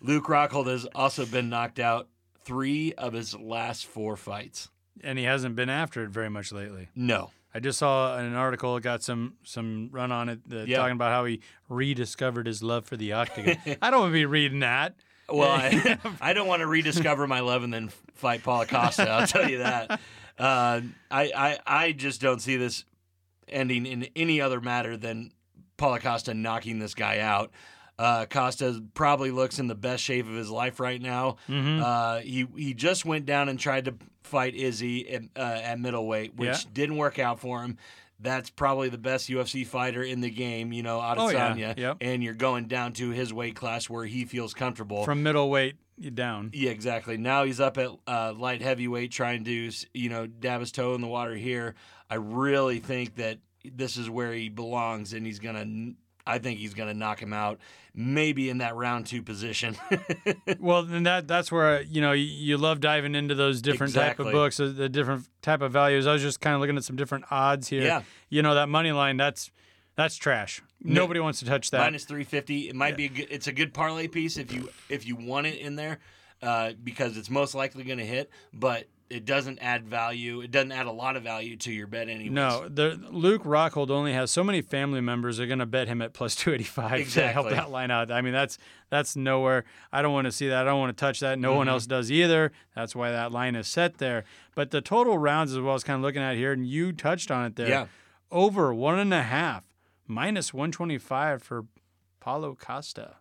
Speaker 1: Luke Rockhold has also been knocked out three of his last four fights.
Speaker 4: And he hasn't been after it very much lately.
Speaker 1: No.
Speaker 4: I just saw an article that got some some run on it that,
Speaker 1: Yeah.
Speaker 4: talking about how he rediscovered his love for the
Speaker 1: *laughs*
Speaker 4: octagon. I don't want to be reading that.
Speaker 1: Well, I,
Speaker 4: *laughs*
Speaker 1: I *laughs* don't want to rediscover my love and then fight Paula Costa. I'll tell you that. Uh, I, I I just don't see this ending in any other matter than Paula Costa knocking this guy out. Uh, Costa probably looks in the best shape of his life right now.
Speaker 4: Mhm.
Speaker 1: Uh, he he just went down and tried to fight Izzy at, uh, at middleweight, which
Speaker 4: Yeah.
Speaker 1: didn't work out for him. That's probably the best UFC fighter in the game, you know, out of
Speaker 4: Oh, yeah.
Speaker 1: Sonya.
Speaker 4: Yep.
Speaker 1: And you're going down to his weight class where he feels comfortable.
Speaker 4: From middleweight down.
Speaker 1: Yeah, exactly. Now he's up at uh, light heavyweight trying to, you know, dab his toe in the water here. I really think that this is where he belongs, and he's going to, I think he's going to knock him out, maybe in that round two position. *laughs*
Speaker 4: Well, then that that's where you know you, you love diving into those different type
Speaker 1: Exactly.
Speaker 4: of books, uh, the different type of values. I was just kind of looking at some different odds here.
Speaker 1: Yeah.
Speaker 4: You know that money line, that's that's trash. Nobody wants to touch that.
Speaker 1: Minus 350. It might be, a good, it's a good parlay piece if you if you want it in there uh, because it's most likely going to hit, but it doesn't add value. It doesn't add a lot of value to your bet anyways.
Speaker 4: no, the Luke Rockhold only has so many family members. They're going to bet him at plus two eighty five to help
Speaker 1: Exactly.
Speaker 4: that line out. I mean, that's that's nowhere. I don't want to see that. I don't want to touch that. No
Speaker 1: Mm-hmm.
Speaker 4: one else does either. That's why that line is set there. But the total rounds is what I was kind of looking at here, and you touched on it there.
Speaker 1: Yeah.
Speaker 4: over one and a half, minus 125 for Paulo Costa.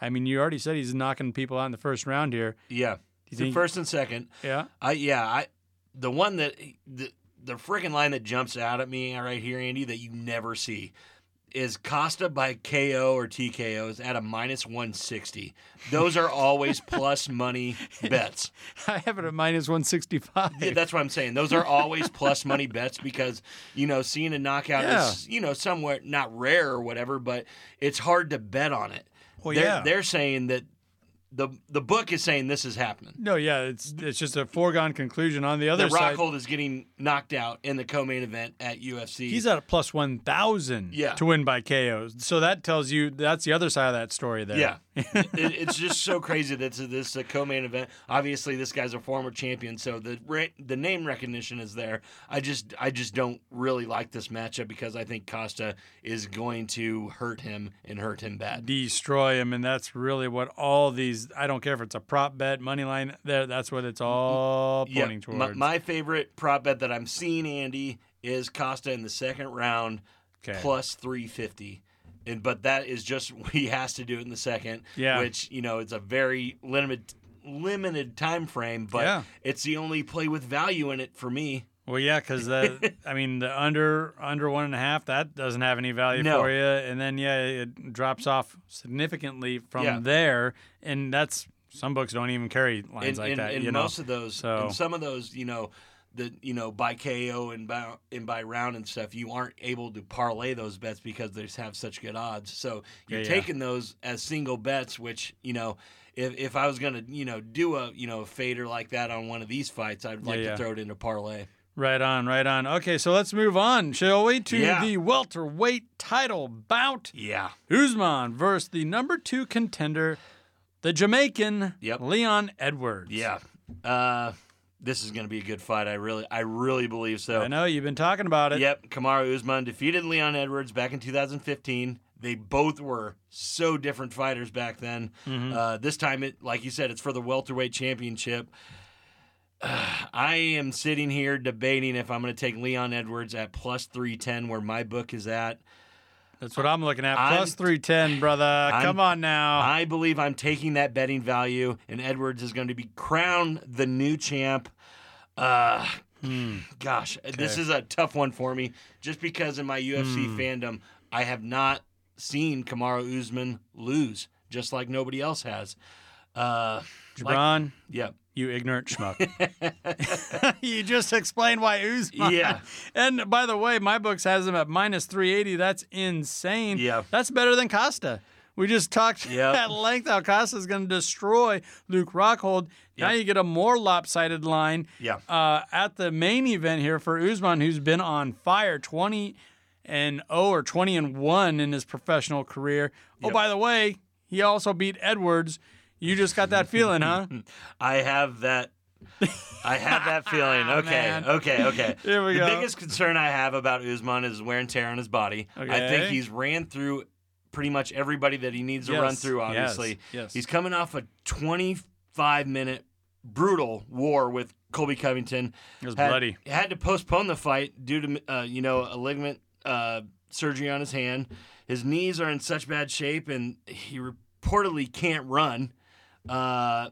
Speaker 4: I mean, you already said he's knocking people out in the first round here.
Speaker 1: Yeah.
Speaker 4: you think-
Speaker 1: First and second.
Speaker 4: Yeah.
Speaker 1: I yeah, I the one that the the freaking line that jumps out at me right here, Andy, that you never see is Costa by KO or TKOs at a minus 160. Those are *laughs* always plus money bets.
Speaker 4: *laughs* I have it at minus 165.
Speaker 1: *laughs* Yeah, that's what I'm saying. Those are always plus money bets because you know seeing a knockout is you know somewhat not rare or whatever, but it's hard to bet on it.
Speaker 4: Well,
Speaker 1: they're,
Speaker 4: yeah.
Speaker 1: they're saying that the the book is saying this is happening.
Speaker 4: no, yeah, it's it's just a foregone conclusion. On the other
Speaker 1: that
Speaker 4: side,
Speaker 1: Rockhold is getting knocked out in the co-main event at UFC.
Speaker 4: he's at a plus 1,000
Speaker 1: Yeah.
Speaker 4: to win by KOs. So that tells you that's the other side of that story there.
Speaker 1: yeah, *laughs* it, it's just so crazy that this- this is a co-main event. Obviously, this guy's a former champion, so the re- the name recognition is there. I just I just don't really like this matchup because I think Costa is going to hurt him and hurt him bad.
Speaker 4: Destroy him, and that's really what all these. I don't care if it's a prop bet, money line. There, that's what it's all
Speaker 1: Mm-hmm. Yeah,
Speaker 4: pointing
Speaker 1: my,
Speaker 4: towards.
Speaker 1: my favorite prop bet that I'm seeing Andy is Costa in the second round
Speaker 4: Okay.
Speaker 1: plus 350. And but that is just *laughs* he has to do it in the second,
Speaker 4: Yeah.
Speaker 1: which you know it's a very limited limited time frame, but
Speaker 4: Yeah.
Speaker 1: it's the only play with value in it for me.
Speaker 4: Well, yeah, because
Speaker 1: *laughs*
Speaker 4: the I mean the under under one and a half that doesn't have any value
Speaker 1: No.
Speaker 4: for you, and then yeah, it drops off significantly from
Speaker 1: Yeah.
Speaker 4: there, and that's some books don't even carry lines
Speaker 1: And,
Speaker 4: like
Speaker 1: and-
Speaker 4: that.
Speaker 1: and
Speaker 4: you know,
Speaker 1: most of those,
Speaker 4: So-
Speaker 1: and some of those, you know, that you know by KO and by and by round and stuff, you aren't able to parlay those bets because they just have such good odds. So you're
Speaker 4: Yeah, yeah.
Speaker 1: taking those as single bets, which you know. If, if I was gonna you know do a you know a fader like that on one of these fights, I'd like
Speaker 4: yeah.
Speaker 1: to throw it into parlay.
Speaker 4: Right on, right on. Okay, so let's move on, shall we, to
Speaker 1: Yeah.
Speaker 4: the welterweight title bout.
Speaker 1: Yeah,
Speaker 4: Usman versus the number two contender, the Jamaican
Speaker 1: Yep.
Speaker 4: Leon Edwards.
Speaker 1: yeah. Uh, this is gonna be a good fight. I really I really believe so.
Speaker 4: I know you've been talking about it.
Speaker 1: Yep, Kamaru Usman defeated Leon Edwards back in 2015. They both were so different fighters back then.
Speaker 4: Mm-hmm.
Speaker 1: Uh, this time, it like you said, it's for the welterweight championship. *sighs* I am sitting here debating if I'm going to take Leon Edwards at plus 310, where my book is at.
Speaker 4: That's what I'm looking at.
Speaker 1: I'm-
Speaker 4: Plus 310, brother. Come on now.
Speaker 1: I believe I'm taking that betting value, and Edwards is going to be crowned the new champ. Uh, Gosh, this is a tough one for me just because in my UFC fandom, I have not seen Kamaru Usman lose, just like nobody else has. Uh, like-
Speaker 4: Jabron,
Speaker 1: yeah.
Speaker 4: you ignorant
Speaker 1: *laughs*
Speaker 4: schmuck. *laughs* you just explained why Usman.
Speaker 1: Yeah.
Speaker 4: And by the way, my books has him at minus 380. That's insane.
Speaker 1: Yeah.
Speaker 4: That's better than Costa. We just talked *laughs*
Speaker 1: Yep.
Speaker 4: at length how Costa's going to destroy Luke Rockhold. Now
Speaker 1: Yep.
Speaker 4: you get a more lopsided line
Speaker 1: Yeah.
Speaker 4: uh, at the main event here for Usman, who's been on fire 20 and 0 or 20 and 1 in his professional career. Oh, by the way, he also beat Edwards. You just got that feeling,
Speaker 1: *laughs*
Speaker 4: huh?
Speaker 1: I have that. I have
Speaker 4: *laughs*
Speaker 1: that feeling. Okay,
Speaker 4: Oh, Man.
Speaker 1: okay, okay.
Speaker 4: *laughs* Here we
Speaker 1: the
Speaker 4: go.
Speaker 1: biggest concern I have about Usman is wear and tear on his body. I
Speaker 4: Okay.
Speaker 1: think he's ran through pretty much everybody that he needs to run
Speaker 4: Yes,
Speaker 1: through.
Speaker 4: yes,
Speaker 1: Obviously,
Speaker 4: yes.
Speaker 1: he's coming off a 25 minute brutal war with Colby Covington.
Speaker 4: It was
Speaker 1: had,
Speaker 4: bloody.
Speaker 1: Had to postpone the fight due to uh, you know a ligament uh, surgery on his hand. His knees are in such bad shape, and he reportedly can't run. Uh,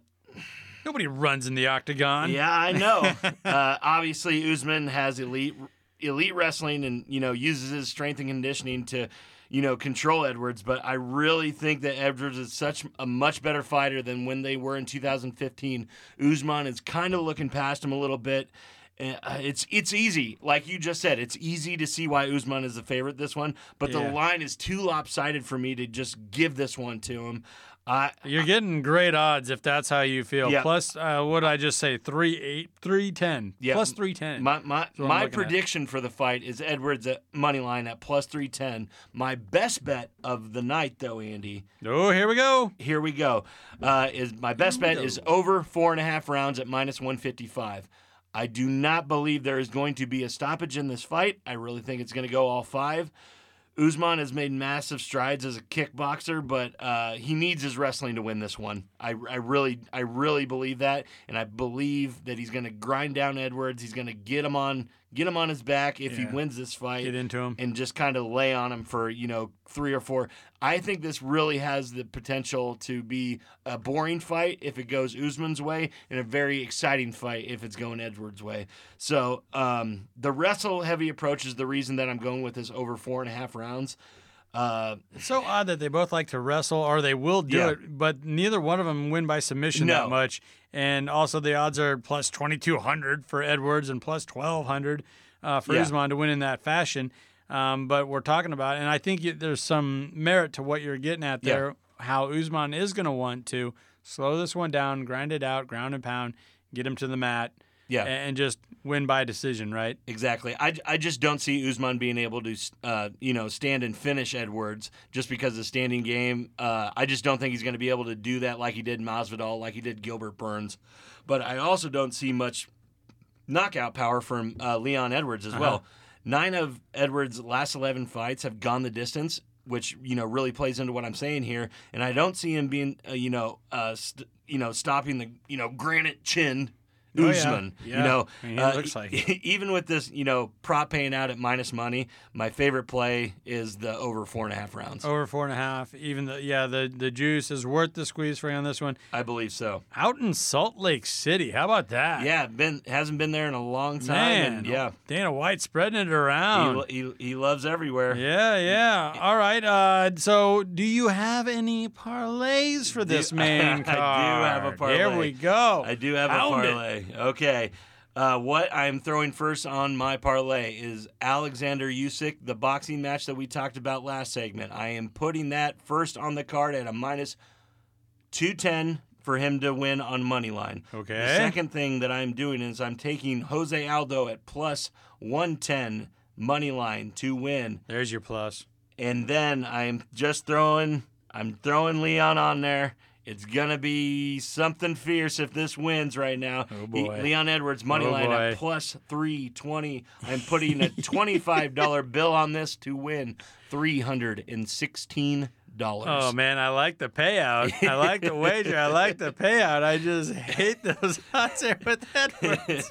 Speaker 4: Nobody runs in the octagon.
Speaker 1: yeah, I know. uh, obviously, Usman has elite elite wrestling, and you know uses his strength and conditioning to you know control Edwards. But I really think that Edwards is such a much better fighter than when they were in 2015. Usman is kind of looking past him a little bit. And, uh, it's it's easy, like you just said. It's easy to see why Usman is the favorite this one, but
Speaker 4: Yeah.
Speaker 1: the line is too lopsided for me to just give this one to him. I
Speaker 4: You're getting great odds if that's how you feel.
Speaker 1: Yeah.
Speaker 4: Plus, uh, what did I just say? Three eight, three ten.
Speaker 1: Yeah.
Speaker 4: Plus three ten.
Speaker 1: My my
Speaker 4: what I'm
Speaker 1: my
Speaker 4: looking at.
Speaker 1: prediction for the fight is Edwards at money line at plus three ten. My best bet of the night, though, Andy.
Speaker 4: oh, here we go.
Speaker 1: Here we go. Uh, is my best bet is over four and a half rounds at minus one fifty five. I do not believe there is going to be a stoppage in this fight. I really think it's going to go all five. Usman has made massive strides as a kickboxer, but uh, he needs his wrestling to win this one. I, I really, I really believe that, and I believe that he's going to grind down Edwards. He's going to get him on, get him on his back if he
Speaker 4: Yeah.
Speaker 1: wins this fight,
Speaker 4: Get into him.
Speaker 1: and just kind of lay on him for you know three or four. I think this really has the potential to be a boring fight if it goes Usman's way, and a very exciting fight if it's going Edwards' way. So um, the wrestle heavy approach is the reason that I'm going with this over four and a half rounds. Uh,
Speaker 4: It's so odd that they both like to wrestle, or they will do
Speaker 1: Yeah.
Speaker 4: it, but neither one of them win by submission that
Speaker 1: No.
Speaker 4: much. And also, the odds are plus twenty two hundred for Edwards and plus twelve hundred uh, for
Speaker 1: Yeah.
Speaker 4: Usman to win in that fashion. Um, but we're talking about, and I think you, there's some merit to what you're getting at
Speaker 1: Yeah.
Speaker 4: there. How Usman is going to want to slow this one down, grind it out, ground and pound, get him to the mat,
Speaker 1: yeah,
Speaker 4: a- and just win by decision, right?
Speaker 1: Exactly. I, I just don't see Usman being able to, uh, you know, stand and finish Edwards just because of the standing game. Uh, I just don't think he's going to be able to do that like he did Masvidal, like he did Gilbert Burns. But I also don't see much knockout power from uh, Leon Edwards
Speaker 4: Uh-huh.
Speaker 1: as well. Nine of Edwards' last 11 fights have gone the distance, which, you know, really plays into what I'm saying here. And I don't see him being, uh, you know, uh, st- you know, stopping the, you know, granite chin.
Speaker 4: Oh, yeah.
Speaker 1: Usman,
Speaker 4: Yeah.
Speaker 1: you know, Uh,
Speaker 4: I mean, he looks like it.
Speaker 1: *laughs* even with this, you know, prop paying out at minus money, my favorite play is the over four and a half rounds.
Speaker 4: Over four and a half. Even the yeah, the the juice is worth the squeeze for you on this one.
Speaker 1: I believe so.
Speaker 4: out in Salt Lake City. How about that?
Speaker 1: Yeah, been hasn't been there in a long time.
Speaker 4: man.
Speaker 1: and yeah,
Speaker 4: Dana White spreading it
Speaker 1: he,
Speaker 4: around.
Speaker 1: lo- he, he loves everywhere.
Speaker 4: yeah, yeah. All right. Uh, so, do you have any parlays for this
Speaker 1: Do-
Speaker 4: main
Speaker 1: *laughs* I do
Speaker 4: card?
Speaker 1: have a
Speaker 4: Here
Speaker 1: parlay.
Speaker 4: we go.
Speaker 1: I do have
Speaker 4: Pound
Speaker 1: a
Speaker 4: it.
Speaker 1: parlay. Okay. Uh, what I'm throwing first on my parlay is Alexander Usyk, the boxing match that we talked about last segment. I am putting that first on the card at a minus 210 for him to win on money line. The
Speaker 4: Okay.
Speaker 1: second thing that I'm doing is I'm taking Jose Aldo at plus 110 money line to win.
Speaker 4: There's your plus.
Speaker 1: And then I'm just throwing I'm throwing Leon on there. It's gonna be something fierce if this wins right now.
Speaker 4: Oh, boy.
Speaker 1: Leon Edwards money
Speaker 4: Oh,
Speaker 1: line
Speaker 4: boy.
Speaker 1: at plus three twenty. I'm putting a twenty five
Speaker 4: *laughs*
Speaker 1: dollar bill on this to win three hundred and sixteen dollars.
Speaker 4: Oh man, I like the payout.
Speaker 1: *laughs*
Speaker 4: I like the wager. I like the payout. I just hate those *laughs* odds there with
Speaker 1: *laughs*
Speaker 4: *laughs* Edwards.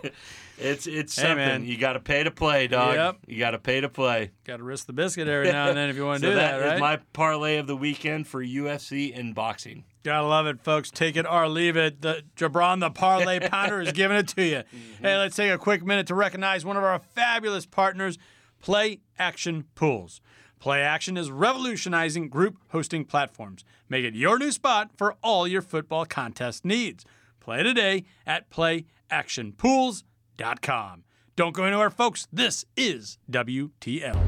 Speaker 1: it's it's
Speaker 4: Hey,
Speaker 1: something
Speaker 4: man.
Speaker 1: you got to pay to play, dog.
Speaker 4: Yep.
Speaker 1: You got to pay to play.
Speaker 4: Got to risk the biscuit every
Speaker 1: *laughs*
Speaker 4: now and then if you want to
Speaker 1: So
Speaker 4: do that,
Speaker 1: that
Speaker 4: right?
Speaker 1: is my parlay of the weekend for UFC and boxing.
Speaker 4: Gotta love it, folks. Take it or leave it. The Jabron the Parlay Pounder is giving it to you. Hey, let's take a quick minute to recognize one of our fabulous partners, Play Action Pools. Play Action is revolutionizing group hosting platforms. Make it your new spot for all your football contest needs. Play today at playactionpools.com. Don't go anywhere, folks. This is WTL.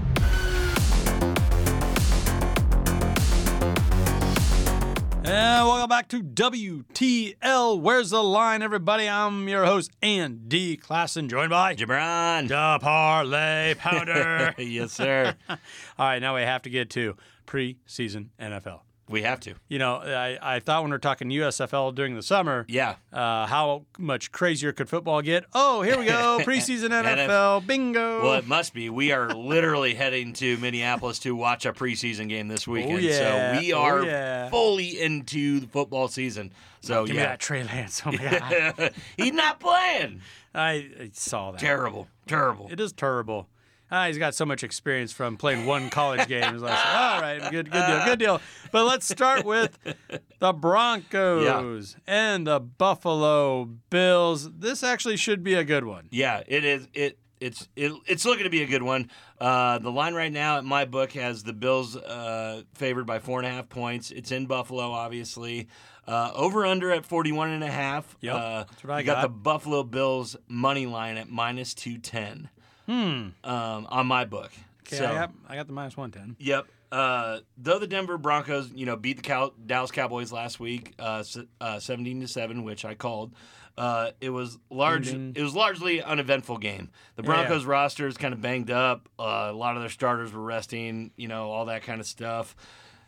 Speaker 4: And welcome back to WTL. Where's the line, everybody? I'm your host, Andy Klassen, joined by
Speaker 1: Jabron.
Speaker 4: the Parlay
Speaker 1: *laughs*
Speaker 4: Pounder. *laughs*
Speaker 1: yes, sir.
Speaker 4: All right, now we have to get to preseason NFL.
Speaker 1: we have to.
Speaker 4: You know, I, I thought when we were talking USFL during the summer,
Speaker 1: Yeah.
Speaker 4: uh, how much crazier could football get? Oh, here we
Speaker 1: *laughs*
Speaker 4: go, preseason NFL, bingo.
Speaker 1: Well, it must be. We are literally heading to Minneapolis to watch a preseason game this weekend.
Speaker 4: yeah.
Speaker 1: So we
Speaker 4: Oh,
Speaker 1: are
Speaker 4: yeah.
Speaker 1: fully into the football season. So
Speaker 4: Give me
Speaker 1: yeah.
Speaker 4: that Trey Lance.
Speaker 1: *laughs*
Speaker 4: Oh my God,
Speaker 1: He's not playing.
Speaker 4: I, I saw that.
Speaker 1: Terrible. Terrible.
Speaker 4: It is terrible. Ah, he's got so much experience from playing one college game. He's like, all right, good, good deal,
Speaker 1: Uh.
Speaker 4: good deal. But let's start with the Broncos and the Buffalo Bills. This actually should be a good one.
Speaker 1: Yeah, it is. It it's it, it's looking to be a good one. Uh, the line right now at my book has the Bills uh, favored by four and a half points. It's in Buffalo, obviously. Uh, over under at 41 and a half.
Speaker 4: Yep,
Speaker 1: uh,
Speaker 4: that's what I
Speaker 1: you got.
Speaker 4: got.
Speaker 1: the Buffalo Bills money line at minus 210 um, on my book.
Speaker 4: Hmm. Okay,
Speaker 1: so,
Speaker 4: I, got, I got the minus one ten.
Speaker 1: Yep. Uh, though the Denver Broncos, you know, beat the Cow- Dallas Cowboys last week, uh, s- uh, seventeen to seven, which I called. Uh, it was large. It was largely an uneventful game. The
Speaker 4: yeah.
Speaker 1: Broncos roster is kind of banged up. Uh, a lot of their starters were resting. You know, all that kind of stuff.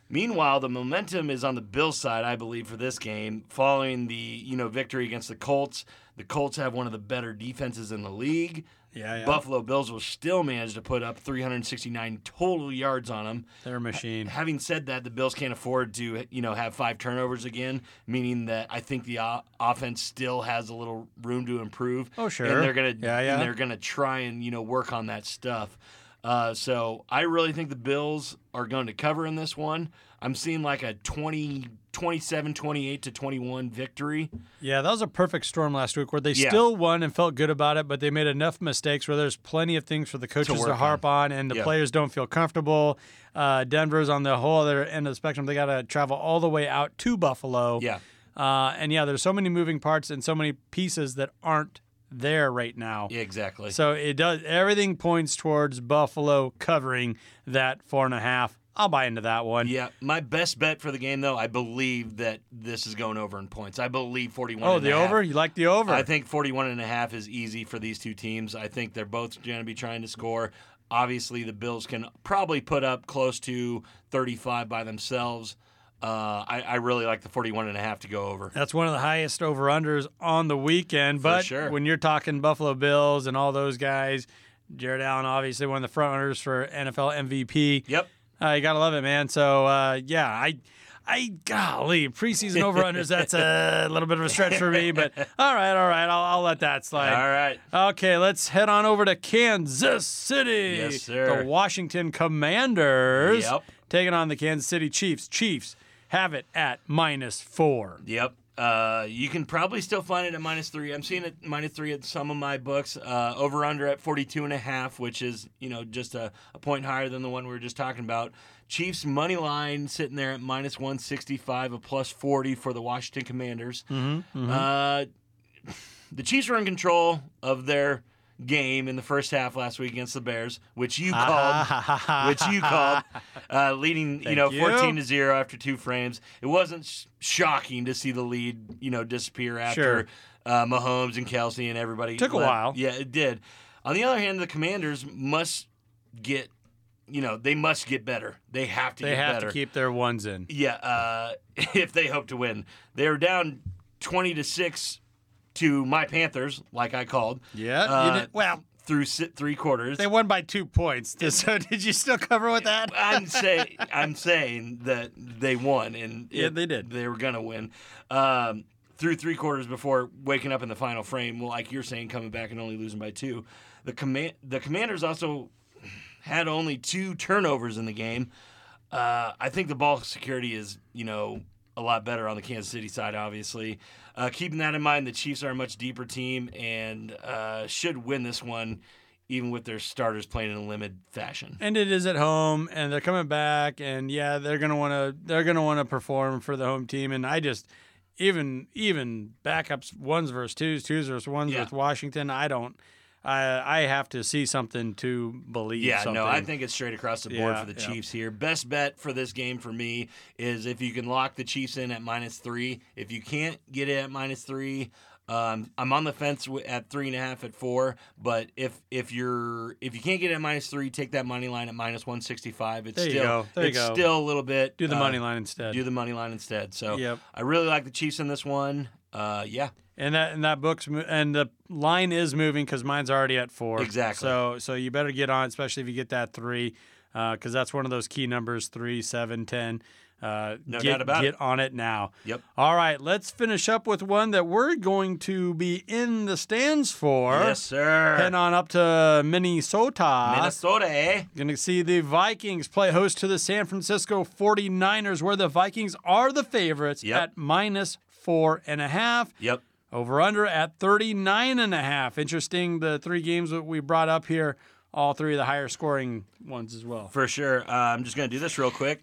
Speaker 1: Meanwhile, the momentum is on the Bills side, I believe, for this game. Following the you know victory against the Colts, the Colts have one of the better defenses in the league.
Speaker 4: Yeah, yeah.
Speaker 1: Buffalo Bills will still manage to put up 369 total yards on them.
Speaker 4: They're a machine.
Speaker 1: Having said that, the Bills can't afford to, you know, have five turnovers again, meaning that I think the o- offense still has a little room to improve.
Speaker 4: Oh, sure.
Speaker 1: And they're gonna,
Speaker 4: Yeah, yeah.
Speaker 1: And they're gonna try and you know work on that stuff. Uh, so I really think the Bills are going to cover in this one. I'm seeing like a 20, 27, 28 to 21 victory.
Speaker 4: Yeah, that was a perfect storm last week where they
Speaker 1: Yeah.
Speaker 4: still won and felt good about it, but they made enough mistakes where there's plenty of things for the coaches to,
Speaker 1: work
Speaker 4: harp on, and the
Speaker 1: Yeah.
Speaker 4: players don't feel comfortable. Uh, Denver's on the whole other end of the spectrum. They got to travel all the way out to Buffalo.
Speaker 1: Yeah.
Speaker 4: Uh, and yeah, there's so many moving parts and so many pieces that aren't there right now.
Speaker 1: Yeah, exactly.
Speaker 4: So it does everything points towards Buffalo covering that four and a half. I'll buy into that one.
Speaker 1: Yeah, my best bet for the game though, I believe that this is going over in points. I believe 41
Speaker 4: Oh,
Speaker 1: and
Speaker 4: the
Speaker 1: a half.
Speaker 4: over? You like the over?
Speaker 1: I think 41 and a half is easy for these two teams. I think they're both going to be trying to score. Obviously, the Bills can probably put up close to 35 by themselves. Uh, I, I really like the 41 and a half to go over.
Speaker 4: That's one of the highest over unders on the weekend. But
Speaker 1: sure.
Speaker 4: when you're talking Buffalo Bills and all those guys, Jared Allen obviously one of the front runners for NFL MVP.
Speaker 1: Yep.
Speaker 4: Uh, you gotta love it, man. So uh, yeah, I, I golly preseason over unders. That's a little bit of a stretch for me,
Speaker 1: *laughs*
Speaker 4: but all right, all right, I'll, I'll let that slide.
Speaker 1: All right.
Speaker 4: Okay, let's head on over to Kansas City.
Speaker 1: Yes, sir.
Speaker 4: The Washington Commanders
Speaker 1: Yep.
Speaker 4: taking on the Kansas City Chiefs. Chiefs have it at minus four.
Speaker 1: Yep. Uh, you can probably still find it at minus three. I'm seeing it minus three at some of my books. Uh, over under at 42 and a half, which is you know just a, a point higher than the one we were just talking about. Chiefs money line sitting there at minus 165, a plus 40 for the Washington Commanders. Uh, the Chiefs were in control of their game in the first half last week against the Bears, which you
Speaker 4: Ah,
Speaker 1: called which you
Speaker 4: *laughs*
Speaker 1: called, uh, leading you
Speaker 4: Thank
Speaker 1: know
Speaker 4: you.
Speaker 1: 14 to zero after two frames. It wasn't sh- shocking to see the lead you know disappear after
Speaker 4: Sure.
Speaker 1: uh, Mahomes and Kelsey and everybody.
Speaker 4: Took a
Speaker 1: left.
Speaker 4: while.
Speaker 1: Yeah, it did. On the other hand, the Commanders must get you know they must get better. They have to.
Speaker 4: They
Speaker 1: get
Speaker 4: have
Speaker 1: better.
Speaker 4: to keep their ones in.
Speaker 1: Yeah, uh, *laughs* if they hope to win, they were down 20 to six to my Panthers, like I called.
Speaker 4: Yeah. you
Speaker 1: Uh,
Speaker 4: did- well,
Speaker 1: Through si- three quarters,
Speaker 4: they won by two points. *laughs* So did you still cover with that?
Speaker 1: *laughs* I'm saying I'm saying that they won and
Speaker 4: Yeah, they did.
Speaker 1: They were gonna win. Um, through three quarters before waking up in the final frame, like you're saying, coming back and only losing by two. The command the commanders also had only two turnovers in the game. Uh, I think the ball security is, you know, a lot better on the Kansas City side, obviously. Uh, keeping that in mind, the Chiefs are a much deeper team and uh, should win this one, even with their starters playing in a limited fashion.
Speaker 4: And it is at home, and they're coming back, and yeah, they're gonna want to they're gonna want to perform for the home team. And I just even even backups ones versus twos, twos versus ones
Speaker 1: Yeah.
Speaker 4: with Washington. I don't. I I have to see something to believe.
Speaker 1: Yeah,
Speaker 4: something.
Speaker 1: no, I think it's straight across the board
Speaker 4: Yeah,
Speaker 1: for the
Speaker 4: yeah.
Speaker 1: Chiefs here. Best bet for this game for me is if you can lock the Chiefs in at minus three. If you can't get it at minus three, um, I'm on the fence wi- at three and a half at four. But if if you're if you can't get it at minus three, take that money line at minus one sixty five. It's
Speaker 4: There you
Speaker 1: still
Speaker 4: go, there you
Speaker 1: it's
Speaker 4: go.
Speaker 1: still a little bit.
Speaker 4: do the
Speaker 1: uh,
Speaker 4: money line instead.
Speaker 1: Do the money line instead. So
Speaker 4: Yep.
Speaker 1: I really like the Chiefs in this one. Uh, yeah,
Speaker 4: And that and that book's mo- and the line is moving because mine's already at four.
Speaker 1: Exactly.
Speaker 4: So so you better get on, especially if you get that three, because that's one of those key numbers: three, seven, ten. Uh,
Speaker 1: No
Speaker 4: get,
Speaker 1: doubt about
Speaker 4: get
Speaker 1: it.
Speaker 4: on it now.
Speaker 1: Yep.
Speaker 4: All right, let's finish up with one that we're going to be in the stands for.
Speaker 1: yes, sir.
Speaker 4: Head on up to Minnesota.
Speaker 1: Minnesota, eh?
Speaker 4: Going to see the Vikings play host to the San Francisco 49ers, where the Vikings are the favorites
Speaker 1: Yep.
Speaker 4: at minus four and a half.
Speaker 1: Yep.
Speaker 4: Over under at 39 and a half. Interesting, the three games that we brought up here, all three of the higher scoring ones as well.
Speaker 1: For sure. Uh, I'm just going to do this real quick.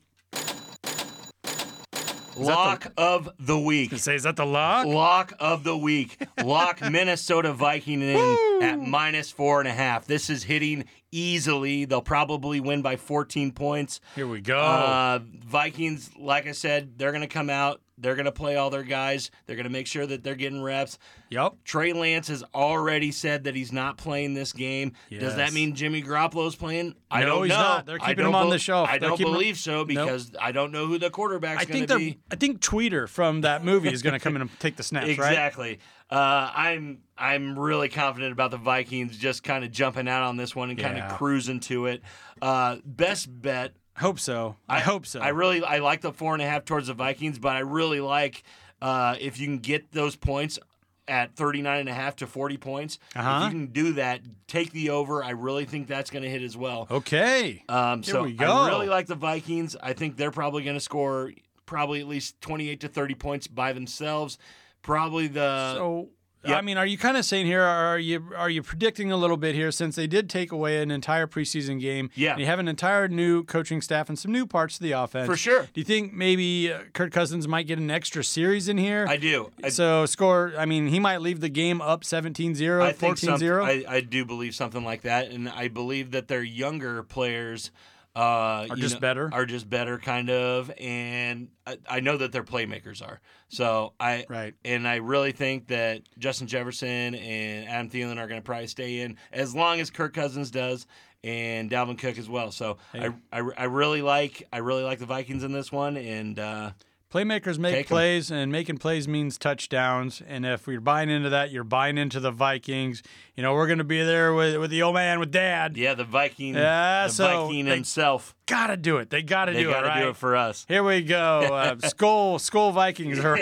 Speaker 1: Lock of the week.
Speaker 4: say, is that the lock?
Speaker 1: Lock of the week.
Speaker 4: *laughs*
Speaker 1: Lock Minnesota Viking in at minus four and a half. This is hitting easily. They'll probably win by 14 points.
Speaker 4: Here we go.
Speaker 1: Uh, Vikings, like I said, they're going to come out. They're going to play all their guys. They're going to make sure that they're getting reps.
Speaker 4: yep.
Speaker 1: Trey Lance has already said that he's not playing this game. Does that
Speaker 4: Yes.
Speaker 1: mean Jimmy Garoppolo's playing? I
Speaker 4: No,
Speaker 1: don't
Speaker 4: he's
Speaker 1: know.
Speaker 4: not. They're
Speaker 1: I
Speaker 4: keeping
Speaker 1: don't
Speaker 4: him on
Speaker 1: bel-
Speaker 4: the shelf.
Speaker 1: I
Speaker 4: They're
Speaker 1: don't
Speaker 4: keeping him-
Speaker 1: believe so because I don't know who the quarterback's
Speaker 4: I
Speaker 1: going
Speaker 4: think
Speaker 1: to
Speaker 4: the
Speaker 1: be.
Speaker 4: I think Tweeter from that movie is going to come in and take
Speaker 1: *laughs*
Speaker 4: the snaps, right?
Speaker 1: Exactly. Uh, I'm I'm really confident about the Vikings just kind of jumping out on this one and kind
Speaker 4: Yeah.
Speaker 1: of cruising to it. Uh, best bet
Speaker 4: Hope so. I, hope so.
Speaker 1: I really I like the four and a half towards the Vikings, but I really like uh, if you can get those points at 39 and a half to 40 points.
Speaker 4: Uh-huh.
Speaker 1: If you can do that, take the over. I really think that's going to hit as well.
Speaker 4: okay.
Speaker 1: Um,
Speaker 4: Oh, Here
Speaker 1: so
Speaker 4: we go.
Speaker 1: I really like the Vikings. I think they're probably going to score probably at least 28 to 30 points by themselves. Probably the
Speaker 4: so I
Speaker 1: Uh, yep.
Speaker 4: mean, are you kind of saying here? Are you are you predicting a little bit here since they did take away an entire preseason game?
Speaker 1: Yeah.
Speaker 4: and you have an entire new coaching staff and some new parts to the offense
Speaker 1: For sure.
Speaker 4: Do you think maybe uh, Kirk Cousins might get an extra series in here?
Speaker 1: I do. I,
Speaker 4: so score. I mean, he might leave the game up 17-0,
Speaker 1: I think some,
Speaker 4: 14-0.
Speaker 1: I, I do believe something like that, and I believe that their younger players uh,
Speaker 4: Are
Speaker 1: you
Speaker 4: just better?
Speaker 1: Are just better, kind of, and I, I know that their playmakers are. So I
Speaker 4: Right.
Speaker 1: and I really think that Justin Jefferson and Adam Thielen are going to probably stay in as long as Kirk Cousins does. And Dalvin Cook as well. So I, I, I really like I really like the Vikings in this one, and uh,
Speaker 4: Playmakers
Speaker 1: Take
Speaker 4: make
Speaker 1: 'em.
Speaker 4: plays, and making plays means touchdowns. And if you're buying into that, you're buying into the Vikings. You know, we're going to be there with, with the old man, with dad.
Speaker 1: yeah, the Viking,
Speaker 4: Yeah,
Speaker 1: the
Speaker 4: so
Speaker 1: Viking
Speaker 4: they-
Speaker 1: himself,
Speaker 4: Got to do it. They got to
Speaker 1: they
Speaker 4: do
Speaker 1: got
Speaker 4: it,
Speaker 1: to
Speaker 4: right?
Speaker 1: do it for us.
Speaker 4: Here we go.
Speaker 1: *laughs*
Speaker 4: Uh, skull, Skull Vikings or,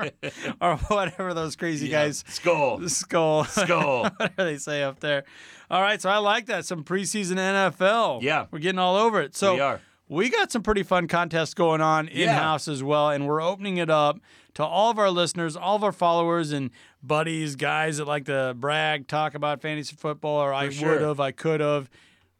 Speaker 4: *laughs* or whatever those crazy
Speaker 1: Yeah.
Speaker 4: guys.
Speaker 1: Skull.
Speaker 4: Skull.
Speaker 1: Skull.
Speaker 4: *laughs* whatever they say up there. All right, so I like that. Some preseason NFL.
Speaker 1: Yeah.
Speaker 4: We're getting all over it. So
Speaker 1: We are.
Speaker 4: we got some pretty fun contests going on in
Speaker 1: Yeah.
Speaker 4: house as well, and we're opening it up to all of our listeners, all of our followers, and buddies, guys that like to brag, talk about fantasy football, or I
Speaker 1: sure.
Speaker 4: would have, I could have.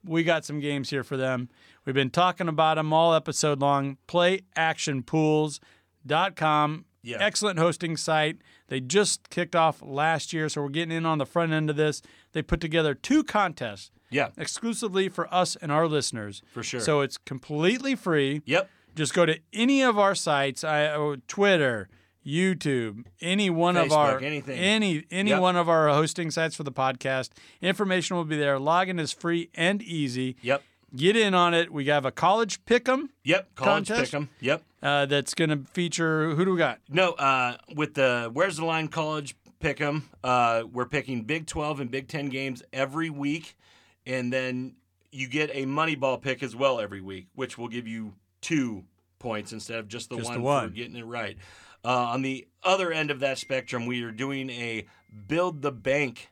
Speaker 4: We got some games here for them. We've been talking about them all episode long. PlayActionPools.com
Speaker 5: Yeah.
Speaker 4: excellent hosting site. They just kicked off last year, so we're getting in on the front end of this. They put together two contests
Speaker 1: Yeah,
Speaker 4: exclusively for us and our listeners.
Speaker 1: for sure.
Speaker 4: So it's completely free.
Speaker 1: yep,
Speaker 4: Just go to any of our sites, I, oh, Twitter, YouTube, any one of
Speaker 1: Facebook,
Speaker 4: our
Speaker 1: anything.
Speaker 4: any any
Speaker 1: Yep.
Speaker 4: one of our hosting sites for the podcast. Information will be there. Login is free and easy.
Speaker 1: yep,
Speaker 4: Get in on it. We have a college pick'em
Speaker 1: yep. College
Speaker 4: Contest?
Speaker 1: pick 'em. Yep.
Speaker 4: uh, that's going to feature who do we got?
Speaker 1: No, uh, with the where's the line college pick 'em. Uh, we're picking Big Twelve and Big Ten games every week, and then you get a Moneyball pick as well every week, which will give you two points instead of just the,
Speaker 5: Just
Speaker 1: one,
Speaker 5: the one.
Speaker 1: for getting it right. Uh, on the other end of that spectrum, we are doing a build the bank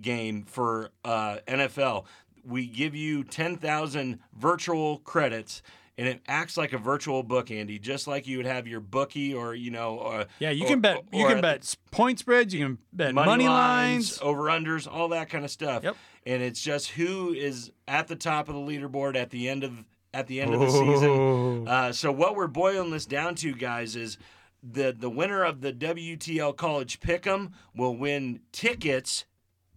Speaker 1: game for uh, NFL. We give you 10,000 virtual credits, and it acts like a virtual book, Andy, just like you would have your bookie or, you know, uh,
Speaker 4: Yeah, you
Speaker 1: or-
Speaker 4: can bet. You
Speaker 1: or
Speaker 4: can
Speaker 1: at
Speaker 4: bet s- point spreads. You can bet money, lines.
Speaker 1: over unders, all that kind of stuff.
Speaker 4: Yep.
Speaker 1: And it's just who is at the top of the leaderboard at the end of at the end of the season. Uh, so what we're boiling this down to, guys, is the the winner of the WTL College Pick'em will win tickets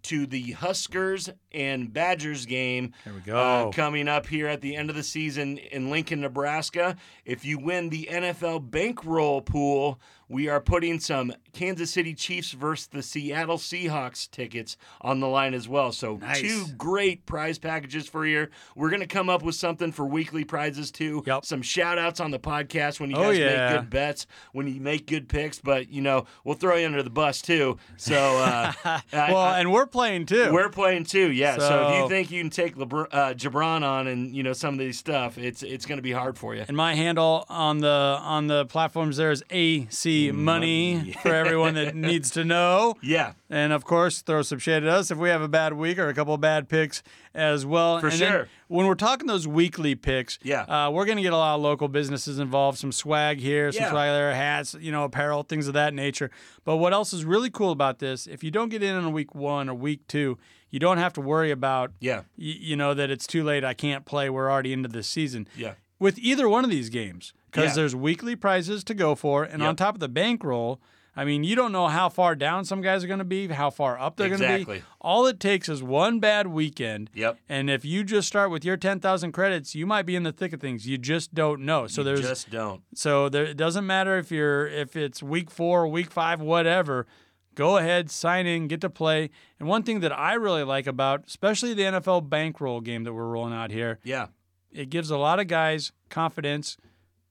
Speaker 1: to the Huskers and Badgers game
Speaker 5: There we
Speaker 1: uh,
Speaker 5: go.
Speaker 1: coming up here at the end of the season in Lincoln, Nebraska. If you win the NFL bankroll pool, we are putting some Kansas City Chiefs versus the Seattle Seahawks tickets on the line as well. So,
Speaker 4: Nice.
Speaker 1: two great prize packages for you. We're going to come up with something for weekly prizes too.
Speaker 4: Yep.
Speaker 1: Some shout outs on the podcast when you
Speaker 4: Oh,
Speaker 1: guys
Speaker 4: yeah.
Speaker 1: make good bets, when you make good picks, but you know, we'll throw you under the bus too. So,
Speaker 4: *laughs*
Speaker 1: uh, I-
Speaker 4: well, and we're playing too.
Speaker 1: *laughs* we're playing too, yeah. So, if
Speaker 4: So-
Speaker 1: you think you can take LeBron, uh, Jabron on and you know some of these stuff, it's it's going to be hard for you.
Speaker 4: and my handle on the on the platforms there is AC Money, for everyone
Speaker 1: *laughs*
Speaker 4: that needs to know.
Speaker 1: Yeah,
Speaker 4: And of course, throw some shade at us if we have a bad week or a couple of bad picks as well.
Speaker 1: For
Speaker 4: And then
Speaker 1: sure.
Speaker 4: when we're talking those weekly picks,
Speaker 1: Yeah.
Speaker 4: uh, we're going to get a lot of local businesses involved, some swag here, some
Speaker 1: Yeah.
Speaker 4: swag there, hats, you know, apparel, things of that nature. But what else is really cool about this, if you don't get in on week one or week two, you don't have to worry about,
Speaker 1: yeah,
Speaker 4: y- you know, that it's too late, I can't play, we're already into this season
Speaker 1: yeah,
Speaker 4: with either one of these games because
Speaker 1: Yeah.
Speaker 4: there's weekly prizes to go for, and on
Speaker 1: Yep.
Speaker 4: top of the bankroll, I mean, you don't know how far down some guys are going to be, how far up they're going
Speaker 1: Exactly.
Speaker 4: to be. All it takes is one bad weekend.
Speaker 1: Yep.
Speaker 4: And if you just start with your ten thousand credits, you might be in the thick of things. You just don't know. So there's
Speaker 1: just don't.
Speaker 4: so there, it doesn't matter if you're if it's week four, week five, whatever. Go ahead, sign in, get to play. And one thing that I really like about, especially the NFL bankroll game that we're rolling out here,
Speaker 1: Yeah,
Speaker 4: it gives a lot of guys confidence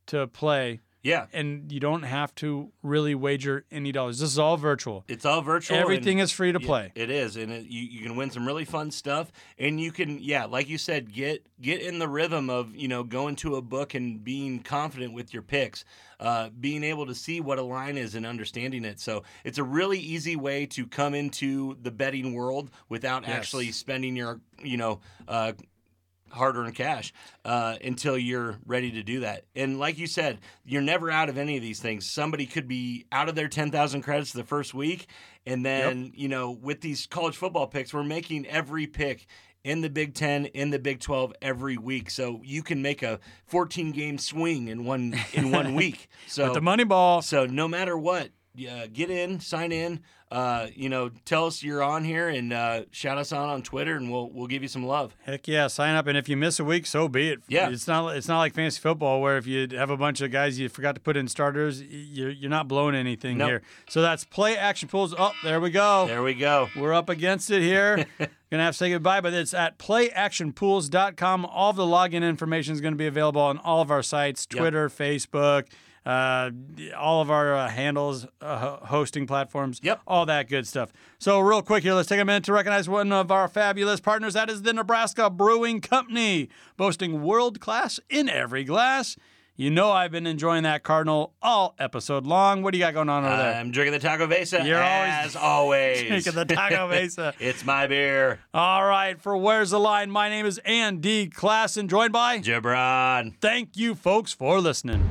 Speaker 4: to play
Speaker 1: yeah.
Speaker 4: and you don't have to really wager any dollars this is all virtual
Speaker 1: It's all virtual.
Speaker 4: everything
Speaker 1: and-
Speaker 4: is free to
Speaker 1: Yeah,
Speaker 4: play
Speaker 1: It is, and it, you you can win some really fun stuff, and you can yeah, like you said, get get in the rhythm of you know going to a book and being confident with your picks, uh, being able to see what a line is and understanding it. So it's a really easy way to come into the betting world without actually spending your you know. Uh, hard-earned cash uh, until you're ready to do that. And like you said, you're never out of any of these things. Somebody could be out of their 10,000 credits the first week, and then you know with these college football picks, we're making every pick in the Big Ten, in the Big Twelve every week. So you can make a 14 game swing in one
Speaker 4: *laughs*
Speaker 1: in one week. So
Speaker 4: with the money ball
Speaker 1: so no matter what, uh, get in, sign in. Uh, you know, tell us you're on here and uh, shout us out on Twitter, and we'll we'll give you some love.
Speaker 4: heck yeah sign up and if you miss a week so be it
Speaker 1: Yeah.
Speaker 4: it's not it's not like fantasy football where if you have a bunch of guys you forgot to put in starters y- you're, you're not blowing anything
Speaker 1: Nope.
Speaker 4: here so that's play action pools oh there we go
Speaker 1: There we go.
Speaker 4: We're up against it
Speaker 1: *laughs*
Speaker 4: here. gonna have to say goodbye, but it's at playactionpools.com. All of the login information is gonna be available on all of our sites:
Speaker 1: Yep.
Speaker 4: Twitter, Facebook, uh, all of our uh, handles, uh, ho- hosting platforms.
Speaker 1: Yep.
Speaker 4: all that good stuff. So, real quick here, let's take a minute to recognize one of our fabulous partners. That is the Nebraska Brewing Company, boasting world class in every glass. You know I've been enjoying that Cardinal all episode long. What do you got going on over there?
Speaker 1: I'm drinking the Taco Mesa.
Speaker 4: You're always
Speaker 1: as always.
Speaker 4: *laughs* Drinking the Taco Mesa.
Speaker 1: it's my beer,
Speaker 4: All right, for Where's the Line? My name is Andy Klassen, joined by.
Speaker 1: Gibran.
Speaker 4: Thank you, folks, for listening.